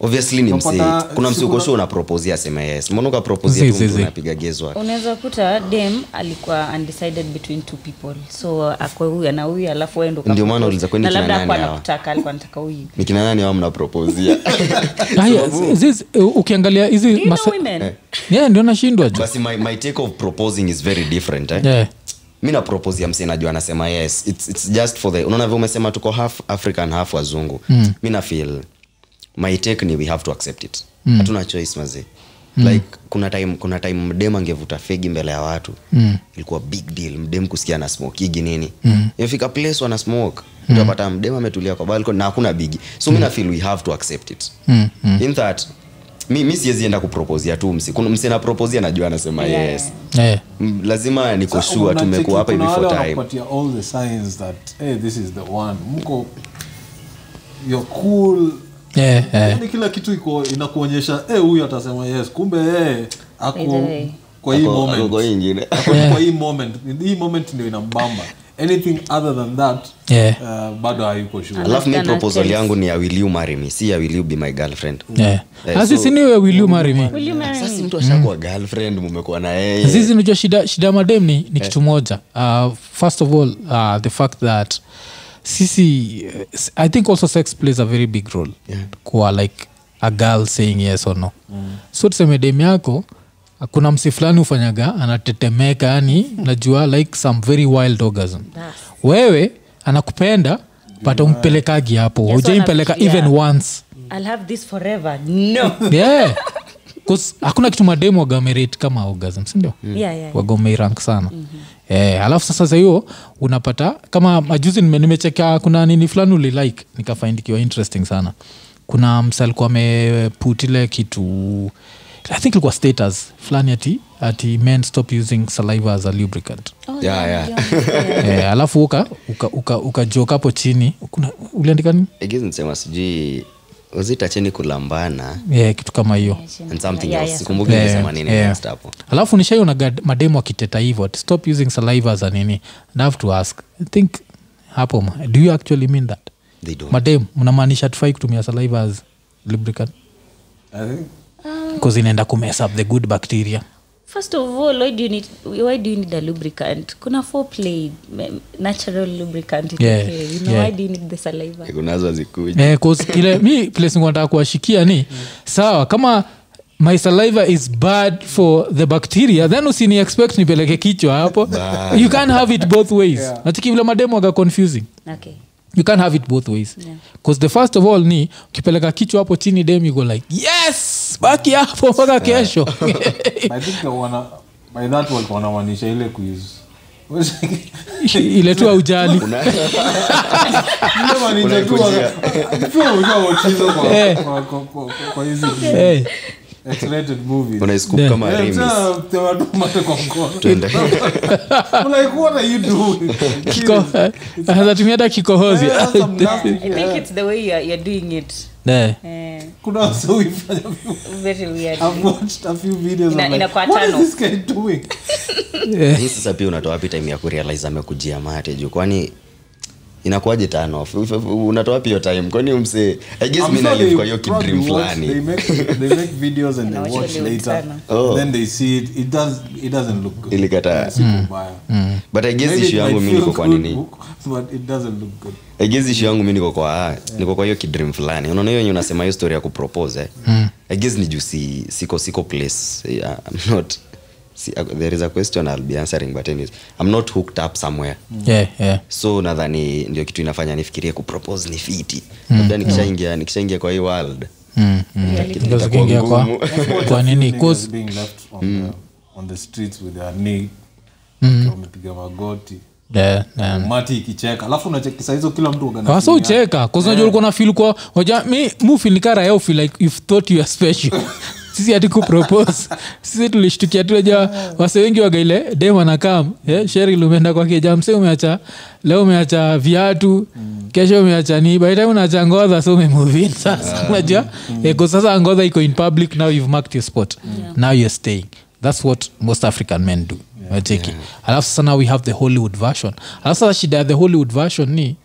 obviously ni msee Unapata- kuna msee uko sikuna- sure unaproposia aseme yes mbona ukaproposia Zi, tu zi, mtu zi. unapiga gezwa unaweza kuta dem alikuwa undecided between two people so akwe huyu na huyu alafu wewe ndo Ndio uka- maana uliza, kwani na kina labda nani hakuwa hawa? anakutaka alikuwa anataka (laughs) huyu ni kina nani hawa mnaproposia Aya, zizi- ukiangalia hizi Do you know masa- women? Eh. Yeah, ndio nashindwa jo basi my, my take of proposing is very different eh? Yeah. mi naproposia msee najua anasema yes it's, it's just for the unaona vile umesema tuko half african half wazungu mm. mi nafil my take ni we have to accept it mm. hatuna choice mazee Mm. like kuna time kuna time mdem angevuta fegi mbele ya watu mm. ilikuwa big deal mdem kusikia na smokigi nini mm. imefika place wana smoke mm. utapata mdem ametulia kwa balcony na hakuna bigi so mm. mi nafil we have to accept it mm. Mm. in that mi, mi siwezi enda kuproposia tu msi Kuna- msi naproposia najua anasema yeah. yes yeah. M- Mm, lazima niko Sasa sure unacheki tumekuwa hapa kuna hivi for wale time wanakupatia all the signs that hey, this is the one mko you're cool Yeah, Eh. yeah. yani kila kitu iko inakuonyesha "Eh, huyu atasema yes kumbe eh, ako Either way. kwa hii Ako- moment ako ingine. Ako kwa hii moment hii moment ndio inambamba anything other than that Yeah. uh, bado hayuko sure (laughs) alafu mi Alafu proposal ana yangu ni ya will you marry me si ya will you be my girlfriend Yeah. Eh, Asi, so- si ni wewe, will you marry me Will you marry sasa me? mtu ashakuwa girlfriend mumekuwa na yeye zizi najua shida shida ya madem ni, ni kitu moja uh, first of all uh, the fact that sisi eh, s- i think also sex plays a very big role yeah. kwa like a girl saying yes or no mm. so tuseme dem yako kuna msi fulani hufanyaga anatetemeka yani najua like some very wild orgasm wewe anakupenda but umpelekagi hapo Yes, ujaimpeleka wanafikiria. even once I'll have this forever. No. yeah 'Cause hakuna kitu mademu wagamerate kama orgasm sindio (laughs) Yeah, yeah, yeah. wagomeirank sana Eh, alafu sasa sa hiyo unapata kama majuzi nime- nimecheka kuna nini fulani ulilike nikafind ikiwa interesting sana kuna msalikuwa ameput ile kitu i think ilikuwa status fulani ati ati men stop using saliva as a lubricant Oh, Yeah, yeah, yeah. (laughs) yeah. e, alafu uka ukajokapo uka, uka hapo chini kuna uliandika nini egizinsema sijui uzitacheni kulambana yeah, Eh, kitu kama hiyo and something Yeah, else yeah, sikumbuki Yeah, nilisema nini yeah. next hapo alafu nishaiona gad- mademo akiteta hivyo ati stop using saliva za nini And I have to ask I think hapo ma- do you actually mean that They don't. madem mnamaanisha tufai kutumia saliva as lubricant I think- bcause inaenda kumess up the good bacteria first of all why do you need why do you need a lubricant kuna foreplay m- natural lubricant is Yeah, okay. you know yeah. why do you need the saliva kunazo zikuja Eh, 'cause ile (laughs) mi place nataka kuwashikia ni sawa kama my saliva is bad for the bacteria then usini expect nipeleke kichwa hapo you can have it both ways yeah. nachiki vile mademo aga confusing okay you can have it both ways Yeah. bcause the first of all ni ukipeleka kichwa hapo chini dem you go like yes baki hapo mpaka kesho I think wana- by that walikuwa wanamaanisha ile kuis- (laughs) iletua ujali (laughs) Ile wanita tu wa- (laughs) Pia unajua wautism kwa- Eh. kwa- kwa- kwa- kwa hizi hey. X-rated movies. Eh, unaiskup kama Yeah, rims tena tema tu mate kwa mkono. (laughs) Tuende. I'm like, what are you doing? Kiko- eh, (laughs) anatumia hata kikohozi Eh, that's some nasty i shit. think it's the way you're, you're doing it (laughs) Eh. Eh, Kuna wase huifanya vile. very weird I've watched a few videos. Ina- I'm like, inakuwa what is tano. this guy doing? eh, hii sasa pia unatoa wapi time ya kurealize amekujia mate juu kwani inakuwaje tanof unatoa wapi hiyo time kwani umse i guess I'm mi sure nalive they kwa hiyo probably kidream watch- They fulani make, they make videos and they Inawacha watch leo later. sana. Oh. Then they see it. It, does, it doesn't look good. Ilikataa. Si Hmm. kubaya. but i guess Mm. Maybe it issue yangu might mi feel niko kwa good, nini but it doesn't look good. I guess issue yangu mi niko kwa ah, niko kwa hiyo kidream fulani unaona hiyo yenye unasema hiyo story ya kupropose eh? Mm. i guess ni juu si, siko siko place yeah, I'm not see, there is a question i'll be answering but anyways, i'm not hooked up somewhere Yeah, yeah. so nadhani ndio kitu inafanya nifikirie kupropose ni fiti labda nikishaingia nikishaingia kwa hii world Mm, mm. Ndio zikiingia kwa, ngumu. kwa (laughs) nini Niggas 'Cause- being left on, Mm. the, on the streets with their knee Mm. wamepiga magoti yeah, yeah. mati ikicheka alafu unachekisa hizo kila mtu huwaga na Eh, wasa simu yake. ucheka kuznajulikua na fil kwa waja mi mufil ni kara yau feel like you've thought you are special sisi ati kupropose sisi tulishtukia tuleja wase wengi wagaile dem anakam yeah, sheri umeenda kwake jamse umeacha leo umeacha viatu kesho umeacha ni by the time unaacha ngodha so umemuvin sasa unajua yeah. sasa ngodha iko in public now you've marked your spot now you're staying that's what most african men do wacheki alafu sasa now we have the hollywood version alafu sasa shida ya the hollywood version ni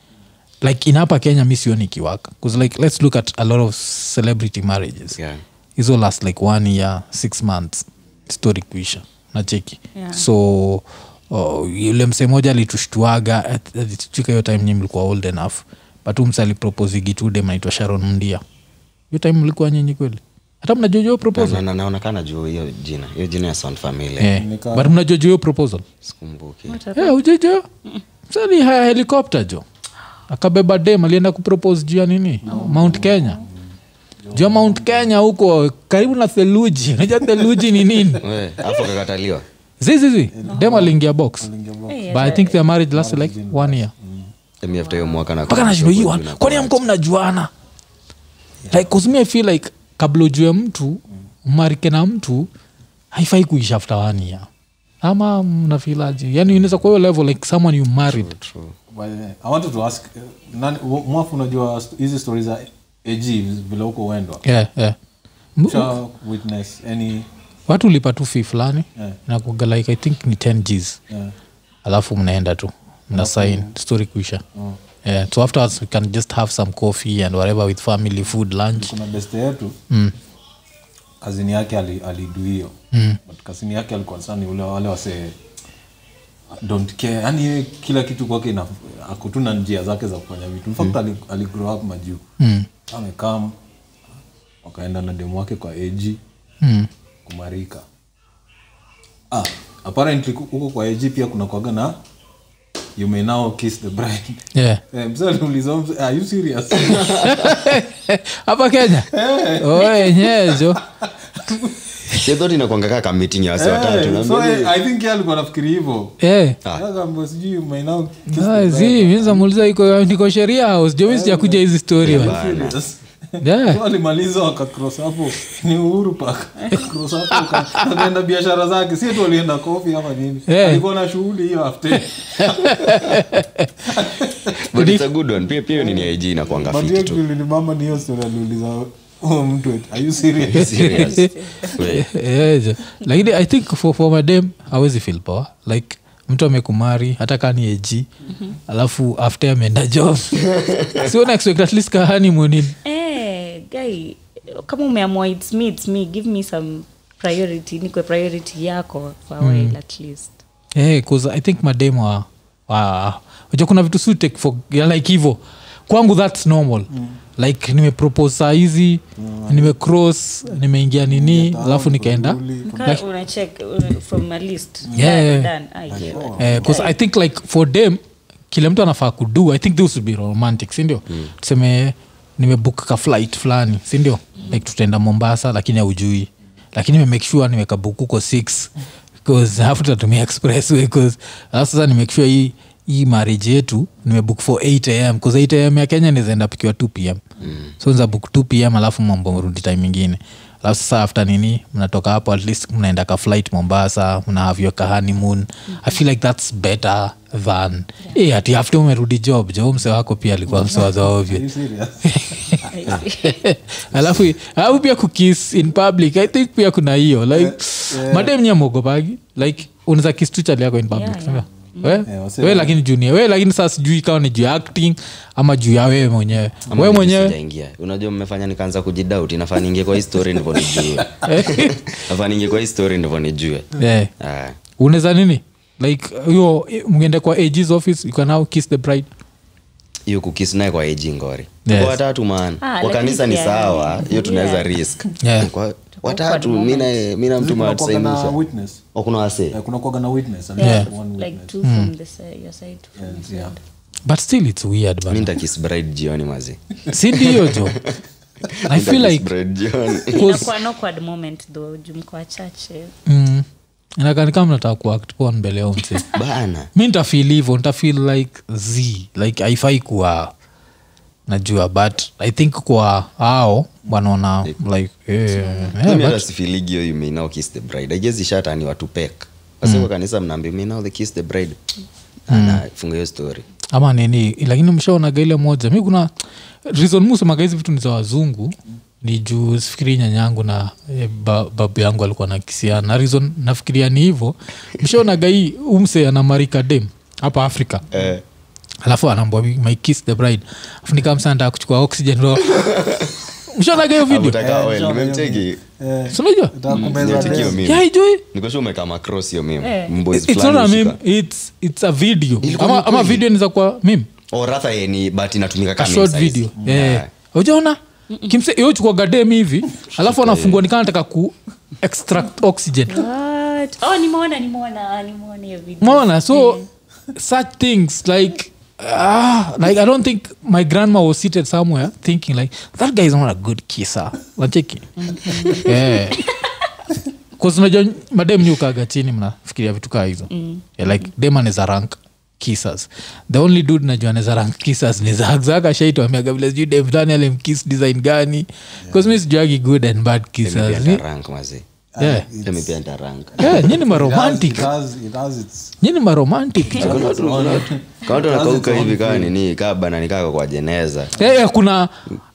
like in hapa kenya mi sioni ikiwaka 'Cause like let's look at a lot of celebrity marriages Yeah. hizo last like one year six months story kuisha nacheki Yeah. so oh, yule mse moja alitushtuaga at- alituchika hiyo time nyi mlikuwa old enough but u mse aliproposigi tude mnaitwa sharon mndia hiyo time mlikuwa nyinyi kweli hata mnajua hiyo proposal Na- na- naonekana juu hiyo jina hiyo jina ya sound familia yeah. Nikaa- Eh. but mnajua hiyo proposal sikumbuki yeah, ujejo msani haya helikopta jo akabeba dem alienda kupropose juu ya nini mount kenya juu ya mount kenya huko karibu na theluji (laughs) naja theluji ni nini We, afu kakataliwa zizizi dem aliingia box Hey, but i think their marriage lasted like one year Emi after hiyo mwaka na- mpaka nashindoiwa kwani amko mnajuana like kuzimia feel like kabla ujue mtu marike na mtu haifai kuisha after one year ama mnafilaji yani unaweza kwa hiyo level like someone you married True. By the way, i wanted to ask eh, nani- wa- mwafu unajua st- hizi stories za ag vile huko wendwa yeah, yeah. M- Sha witness any watu ulipa tu fee fulani Yeah. nakuga like i think ni 10 gs eh, alafu mnaenda tu mna sign story kuisha Oh. yeah. so afterwards we can just have some coffee and whatever with family food lunch kuna beste yetu kazini yake ali- alidu hiyo But kazini yake alikuwa sana ni ule wale wase don't care yani yeye kila kitu kwake ina- ako tu na njia zake za kufanya vitu in fact ali, ali grow up majuu amekam wakaenda na demu wake kwa ag kumarika ah, apparently ku- huko kwa ag pia kuna kwaga na you may now kiss the bride (laughs) yeah (laughs) Eh, mzee aliulizwa, mzee, are you serious (laughs) hapa kenya Eh. Oh, eh, oenyezo She thought inakuanga kaa ka meeting ya wase watatu Eh, na so, mimi- eh, I think yeye alikuwa nafikiri hivyo Ah. Akaambiwa, sijui you may now Ah, kiss the zi minza muuliza iko niko sheria house jo mi sijakuja hizi story Yeah, wa. bana. serious. Yeah. (laughs) walimaliza wakacross hapo ni uhuru park cross hapo waka- wakaenda biashara zake si tu walienda kofi ama nini Yeah. alikuwa na shughuli hiyo (laughs) after but it's a good one pia pia ni IG na kuanga but fit hiyo tu kitu ilinibamba ni hiyo story aliuliza huyo mtu eti, are you serious Serious. (laughs) Yeah. Eh, je. lakini i think for, for madem hawezi feel power like mtu amekumari hata kani eg alafu after ameenda job (laughs) so una expect at least kahani mwenini Eh, guy kama umeamua it's me, it's me, give me some priority nikwe priority yako for a Mm. while at least hey, Eh, cause i think madem wa, wa unajua kuna vitu si take for ya like hivo kwangu that's normal mm. like nimepropose saa hizi nimecross nimeingia nini alafu nikaenda Mkaa unachek uh, from a list Yeah, yeah. Done, done. Ah, yeah. Eh, 'cause i think like for them kile mtu anafaa kudu i think this would be romantic sindio mm. tuseme nimebook ka flight fulani sindio mm. like tutaenda mombasa lakini aujui lakini nimemake sure nimekabuk huko six (laughs) bcause hafu tutatumia expressway 'cause- alafu sasa nimake sure hii hii marriage yetu nimebook for 8 am bcause 8 am ya kenya nizaenda pikiwa 2 pm mm. so nza book 2 pm alafu mambo rudi time ingine alafu sasa after nini mnatoka hapo at least mnaenda ka flight mombasa mna have your ka honeymoon i feel like thats better than yeah. eh ati after umerudi job jo mse wako pia alikuwa msewaza (laughs) are ovyo you serious (laughs) (laughs) alafu alafu pia kukis in public i think pia kuna hiyo like yeah. madem nyamwogopagi like unaweza kiss tu chali yako in public Yeah, sivyo? yeah. Mm. We, Yeah, wasee we wana- lakini juu ni- we lakini saa sijui kama ni juu ya acting ama juu ya wewe mwenyewe Ama we mimi mwenyewe sijaingia unajua mmefanya nikaanza kujidoubt inafaa niingie kwa hii story (laughs) ndivyo nijue nafaa niingie kwa hii story ndivyo nijue yeah. Ah. unaweza nini like huyo mngende kwa ag's office you can now kiss the bride hiyo kukis naye kwa eji ngori Yes. yes. watatu man Ah, kwa lakini kanisa ni pia- sawa hiyo tunaweza Yeah. risk Yeah. Kwa- awkward watatu mi na- mi na mtu Kuna kuwaga na matsaimisha witness kuna wasee Eh, kuna kuwaga na witness and Yeah, one witness like two Mm. from the side, your side two from And, the yeah. but still it's weird mi bana. ntakis bride jioni mazi si ndio (laughs) jo i feel Nitakiss like bride jioni (laughs) cause- inakuwa an awkward moment though jumko wachache mm, inakanika mnataka kuact poa mbele ya mse bana mi ntafil hivo ntafil like z like haifai kuwa najua but i think kwa ao wanaona like eh, eh, Mimi but- hata sifeelingi hiyo you may now kiss the bride I guess ishata ni watu pek Mm. Wase kwa kanisa mnaambia "May now they kiss the bride Ana, funga hiyo story ama nini lakini mshaonaga ile moja mi kuna reason musemaga hizi vitu ni za wazungu ni juu sifikiri nyanyangu na eh, ba, babu yangu alikuwa na kisiana na reason nafikiria ni hivo mshaonaga hii umse anamarika dem hapa afrika Eh. alafu anambwa my kiss the bride afu nikamsandaa kuchukua oxygen ro mshaonaga hiyo video Avutaka Eh, oil, sure, nimemcheki. Eh, sinajua nataka Mm, kumeza Nimecheki hiyo pesa. meme. yeah, ijui Niko sure umekama across hiyo meme. Eh. Mboys it's not a fulani meme hushika. it's, it's a video Ilikuwa ni ama, ama kweli. video niza kuwa meme Or rather, eh, ni but inatumika a kama short meme size. Mm, video Yeah. Eh. ujaona kimse yochukwaga dem hivi alafu anafungua nikana nataka ku extract oxygen What? oh nimeona nimeona nimeona hiyo video mona ah, so such things like Ah, like I don't think my grandma was seated somewhere thinking like that guy is not a good kisser. Wacheki. Yeah. Cause unajua madem nyukaga chini mnafikiria vitu kaa hizo. Yeah, like dem anaweza rank kissers. The only dude najua anaweza rank kissers ni Zag. Zag ashaituambiaga vile sijui dem fulani alimkiss design gani. Cause mi sijuagi good and bad Mimi pia kissers. Ni- nitarank, mazee. Yeah. Mimi pia nitarank. Yeah, nyinyi It has- maromantic. it has- it has its- Nyinyi maromantic. Kuna watu- kuna watu- kuna watu wanakauka hivi kaa nini kaa bana ni kaa kwa jeneza yeah, yeah, Eh, kuna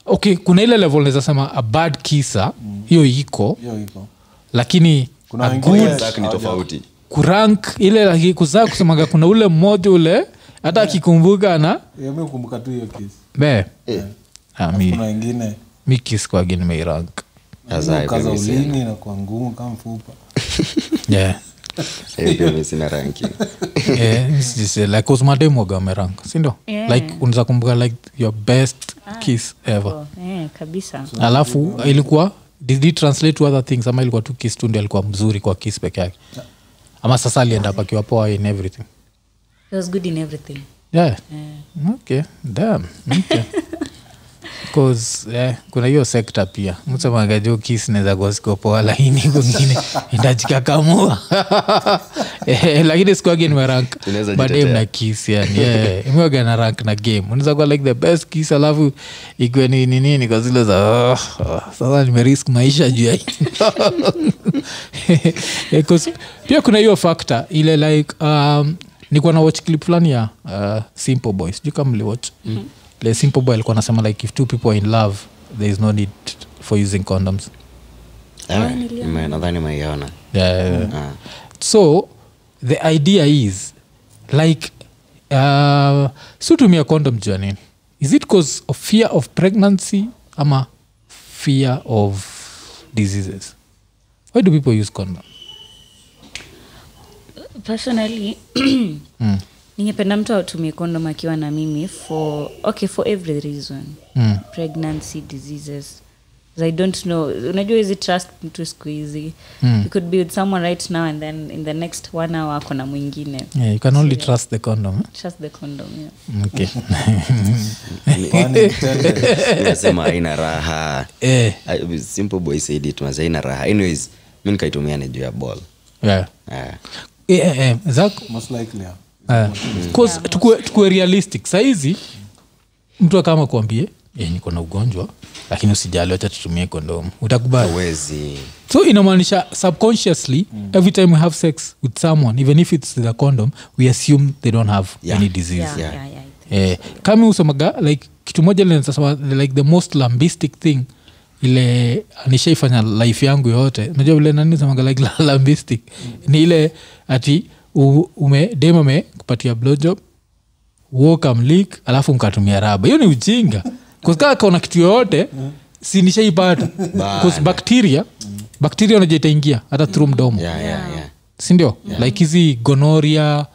okay kuna ile level naweza sema a bad kisa hiyo iko hiyo iko lakini Kuna a wengine- good Yes. Zaka ni tofauti kurank ile laki- kuzaa kusemaga kuna ule mmoja ule hata akikumbuka na Yeah, Eh, mi hukumbuka tu hiyo kesi be Eh, Ah, mi- kuna wengine mi kiss kwagi (laughs) nimeirank Sasa, hiyo kaza mimi sina. ulimi inakuwa ngumu kama mfupa Yeah. Eh, pia mimi sina ranki Yeah, it's just, uh, like, 'cause madem waga wamerank sindo Yeah. like unaweza kumbuka like your best kiss ever Oh, eh, kabisa alafu ilikuwa did it translate to other things ama ilikuwa tu kiss tu ndio alikuwa mzuri kwa kiss peke yake ama sasa alienda pakiwa poa in everything it was good in everything yeah. okay damn okay 'Cause, eh, kuna hiyo sekta pia msemagajo kis naweza kuasikopoa laini kwingine ndajikakamua (laughs) eh, lakini sikuage nimerank Tunaweza badem jitetea. na kis yani yeah. imwaga na rank na game unaweza kuwa like the best kis alafu ikwe ni ni nini kwa zile za "Ah, ah, sasa nimerisk maisha juu ya hii." (laughs) Eh, 'cause pia kuna hiyo factor ile like um, nikuwa na watch clip fulani ya uh, simple boy sijui kama mliwatch le simple boy alikuwa anasema like if two people are in love there is no need for using condoms Eh, nime- nadhani Ah. maiona yeah. so the idea is like uh, siutumia condom jua nini is it cause of fear of pregnancy ama fear of diseases why do people use condom personally Mm. ningependa mtu atumie kondom akiwa na mimi for okay for every reason Mm. pregnancy diseases i don't know unajua hizi trust mtu siku hizi Mm. you could be with someone right now and then in the next one hour ako na mwingine yeah, you can only trust the condom trust the condom yeah. eh? (laughs) okay. (laughs) Pun intended. nasema haina raha eh, I- simple boy said it was haina raha anyways mi nikaitumia ni juu ya ball yeah. Eh. eh, eh, eh. Zach, Most likely, yeah. Eh, 'cause tukue, tukue realistic sahizi mtu akama kuambie eh, niko na ugonjwa lakini usijali wacha tutumie kondomu utakubali hawezi so inamaanisha subconsciously mm. every time we have sex with someone even if it's the condom we assume they don't have yeah. Yeah. any disease Yeah, yeah. yeah, yeah, I think. eh, kama usomaga like kitu moja linasema like the most lambistic thing ile nishaifanya life yangu yote najua vile nani semaga like (laughs) la- lambistic Mm. ni ile ati u- ume dem ame kupatia blowjob woka mlik alafu mkatumia raba hiyo ni (laughs) ujinga kaa kaona kitu yoyote Mm. si (laughs) nishaipata 'Cause bacteria bakteria unajua itaingia hata through mdomo yeah, yeah, yeah. sindio yeah. like hizi gonoria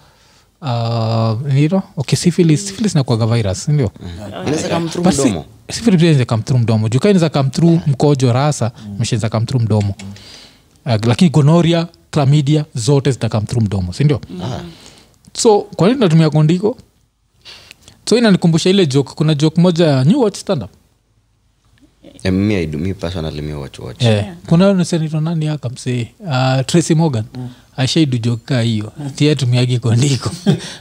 uh, niro okay syphilis syphilis inakuaga virus sindio Inaweza come through But mdomo sy- syphilis pia inaweza come through mdomo juka inaweza come through mkojo rasa Mm. mshaeza come through mdomo uh, lakini gonoria clamidia zote zita come through mdomo sindio Ah. so kwa nini tunatumia kondiko so inanikumbusha ile joke kuna joke moja ya new watch stand up Eh, mi I do- mi personally mi watch watch yeah. Eh, kuna nasenito nani haka msee uh, tracy morgan mm. ashaidujoka hiyo ati atumiagi kondiko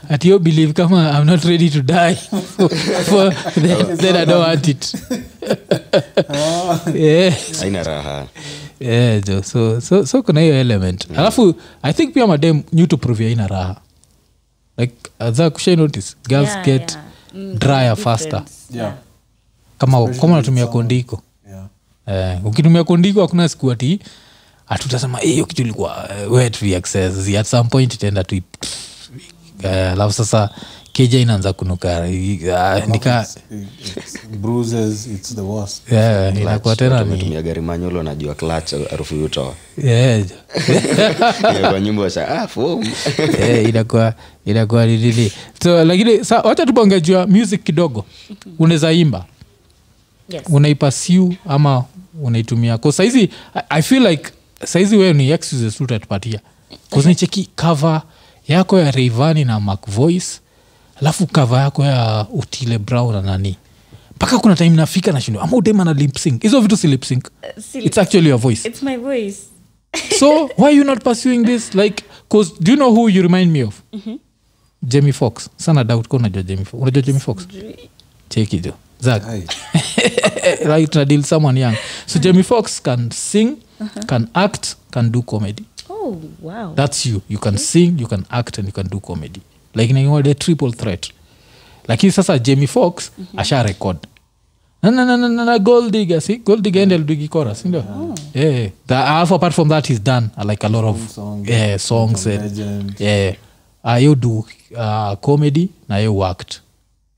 ati yo believe kama i'm not ready to die for, for then, then i don't want it (laughs) yeah. haina raha Yeah, jo so, so, so kuna hiyo element mm. alafu i think pia madem new to prove aina raha like za kushai notice girls Yeah, get yeah. Mm, drier difference. faster Yeah. kama kama unatumia kondiko Yeah. Eh, ukitumia kondiko hakuna siku ati hatutasema "Eh, hiyo kitu ilikuwa eh, we tuiaccess." at some point itaenda tu eh, alafu sasa keja inaanza kunuka I- ah, nika It- it's bruises, it's the worst. eh, inakuwa tena ni tumia gari manyulo najua clutch harufu (laughs) yutoa eh, kwa nyumba washa ah, foam. (laughs) eh, inakuwa inakuwa ni nini so lakini sa wacha tubonge juu ya music kidogo unaweza imba Yes. unaipasiu ama unaitumia ko saizi I- i feel like saizi wewe ni excuses tu utatupatia kuznicheki cover yako ya reivani na mac voice alafu cover yako ya utile brown na nani mpaka kuna time nafika nashindo ama udema na lipsync hizo vitu si lipsync Eh, si it's actually your voice it's my voice so why you not pursuing this like cause do you know who you remind me of jemmy fox sana doubt ko unajua jemmy fox unajua jemmy fox cheki jo zak Aye. right tuna deal someone young so jemmy fox can sing can act can do comedy oh wow that's you you can sing you can act and you can do comedy like nangiwa the triple threat lakini sasa jemmy fox asha record Na- na- na- na- na- na gold digger si gold digger endel dugi chorus sindio yeah yeah. The- alafu apart from that he's done uh, like a lot of Song, yeah, songs and Legend. yeah. Ah, yo do uh, comedy na yo worked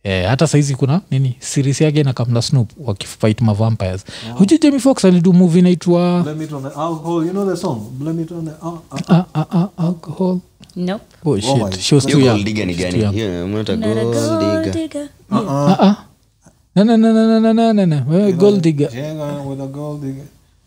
Yeah, hata saizi kuna nini series yake na kamla snoop wakifight mavampires huju jemmy fox alidu movie inaitwa Blame it on the alcohol. You know the song? Blame it on the al- al- ah, ah, ah, alcohol nope oh, shit. my She was Hiyo too young. gold digger ni She was gani? too young. Hiyo, unaita Not a gold gold digger. digger. Ah, ah. Na, na, na, na, na, na, na, na, na. Wewe gold digger. Hang on with a gold digger.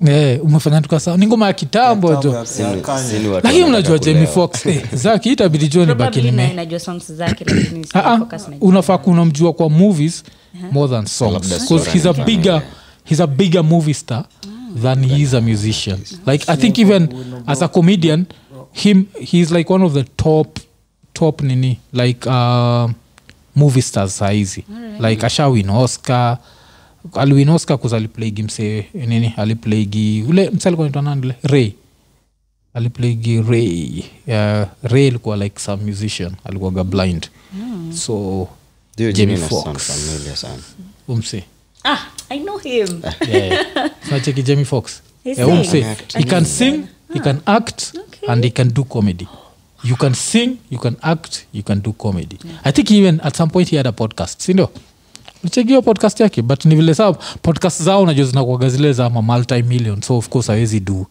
Eh, umefanya tuka sawa ni ngoma ya kitambo jo Yeah, Sini- Kanye. sini watu lakini wanataka mnajua jemi kulewa. fox eh, zaki itabidi jo ni Probably bakinime na- najua songs zake lakini (coughs) Ah, ah, sijafocus na- unafaa kunamjua kwa movies more than songs Labda because sura he's a ni bigger kama- he's a bigger movie star than he is a musician like i think even as a comedian him he's like one of the top top nini like uh, movie stars saizi like ashawin oscar aliwin oscar kuza aliplaigi msee nini aliplaigi ule mse alikuwa anaitwa nani ule ray aliplaigi ray uh, ray alikuwa like some musician alikuwaga blind so Huyo Jamie jina ina sound Foxx. familiar sana. umsee Ah, I know him. nacheki jemmy fox He Eh, huyu sings. msee, An actor. he can sing he can act Okay. and he can do comedy you can sing you can act you can do comedy i think even at some point he had a podcast sindio chekio podcast yake but ni vile saa podcast zao unajua zinakuaga zile za ma multimillion so of course awezi do uh,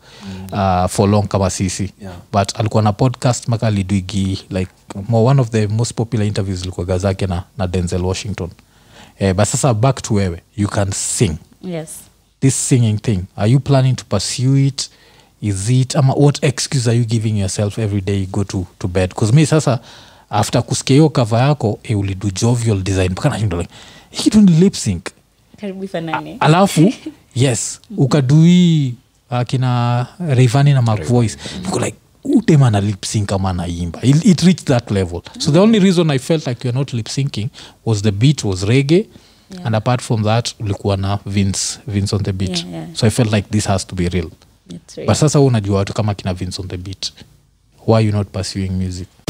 for long kama sisi Yeah. but alikuwa na podcast maka aliduigi like mo one of the most popular interviews ilikuaga zake na, na denzel washington eh, but sasa back to wewe you can sing Yes. this singing thing are you planning to pursue it is it ama what excuse are you giving yourself every day you go to, to bed bcause mi sasa after kusikia hiyo kava yako e ulidu jovial design mpaka nashinda like "Hii kitu ni lip sync Karibu Fanani. (laughs) alafu yes ukadui akina reivani na mac voice niko like utema na lip sync ama anaimba it, it reached that level so the only reason i felt like you're not lip syncing was the beat was reggae yeah. and apart from that ulikuwa na vince vince on the beat Yeah, yeah. so i felt like this has to be real That's right. but sasa huu unajua watu kama kina vince on the beat why you not pursuing music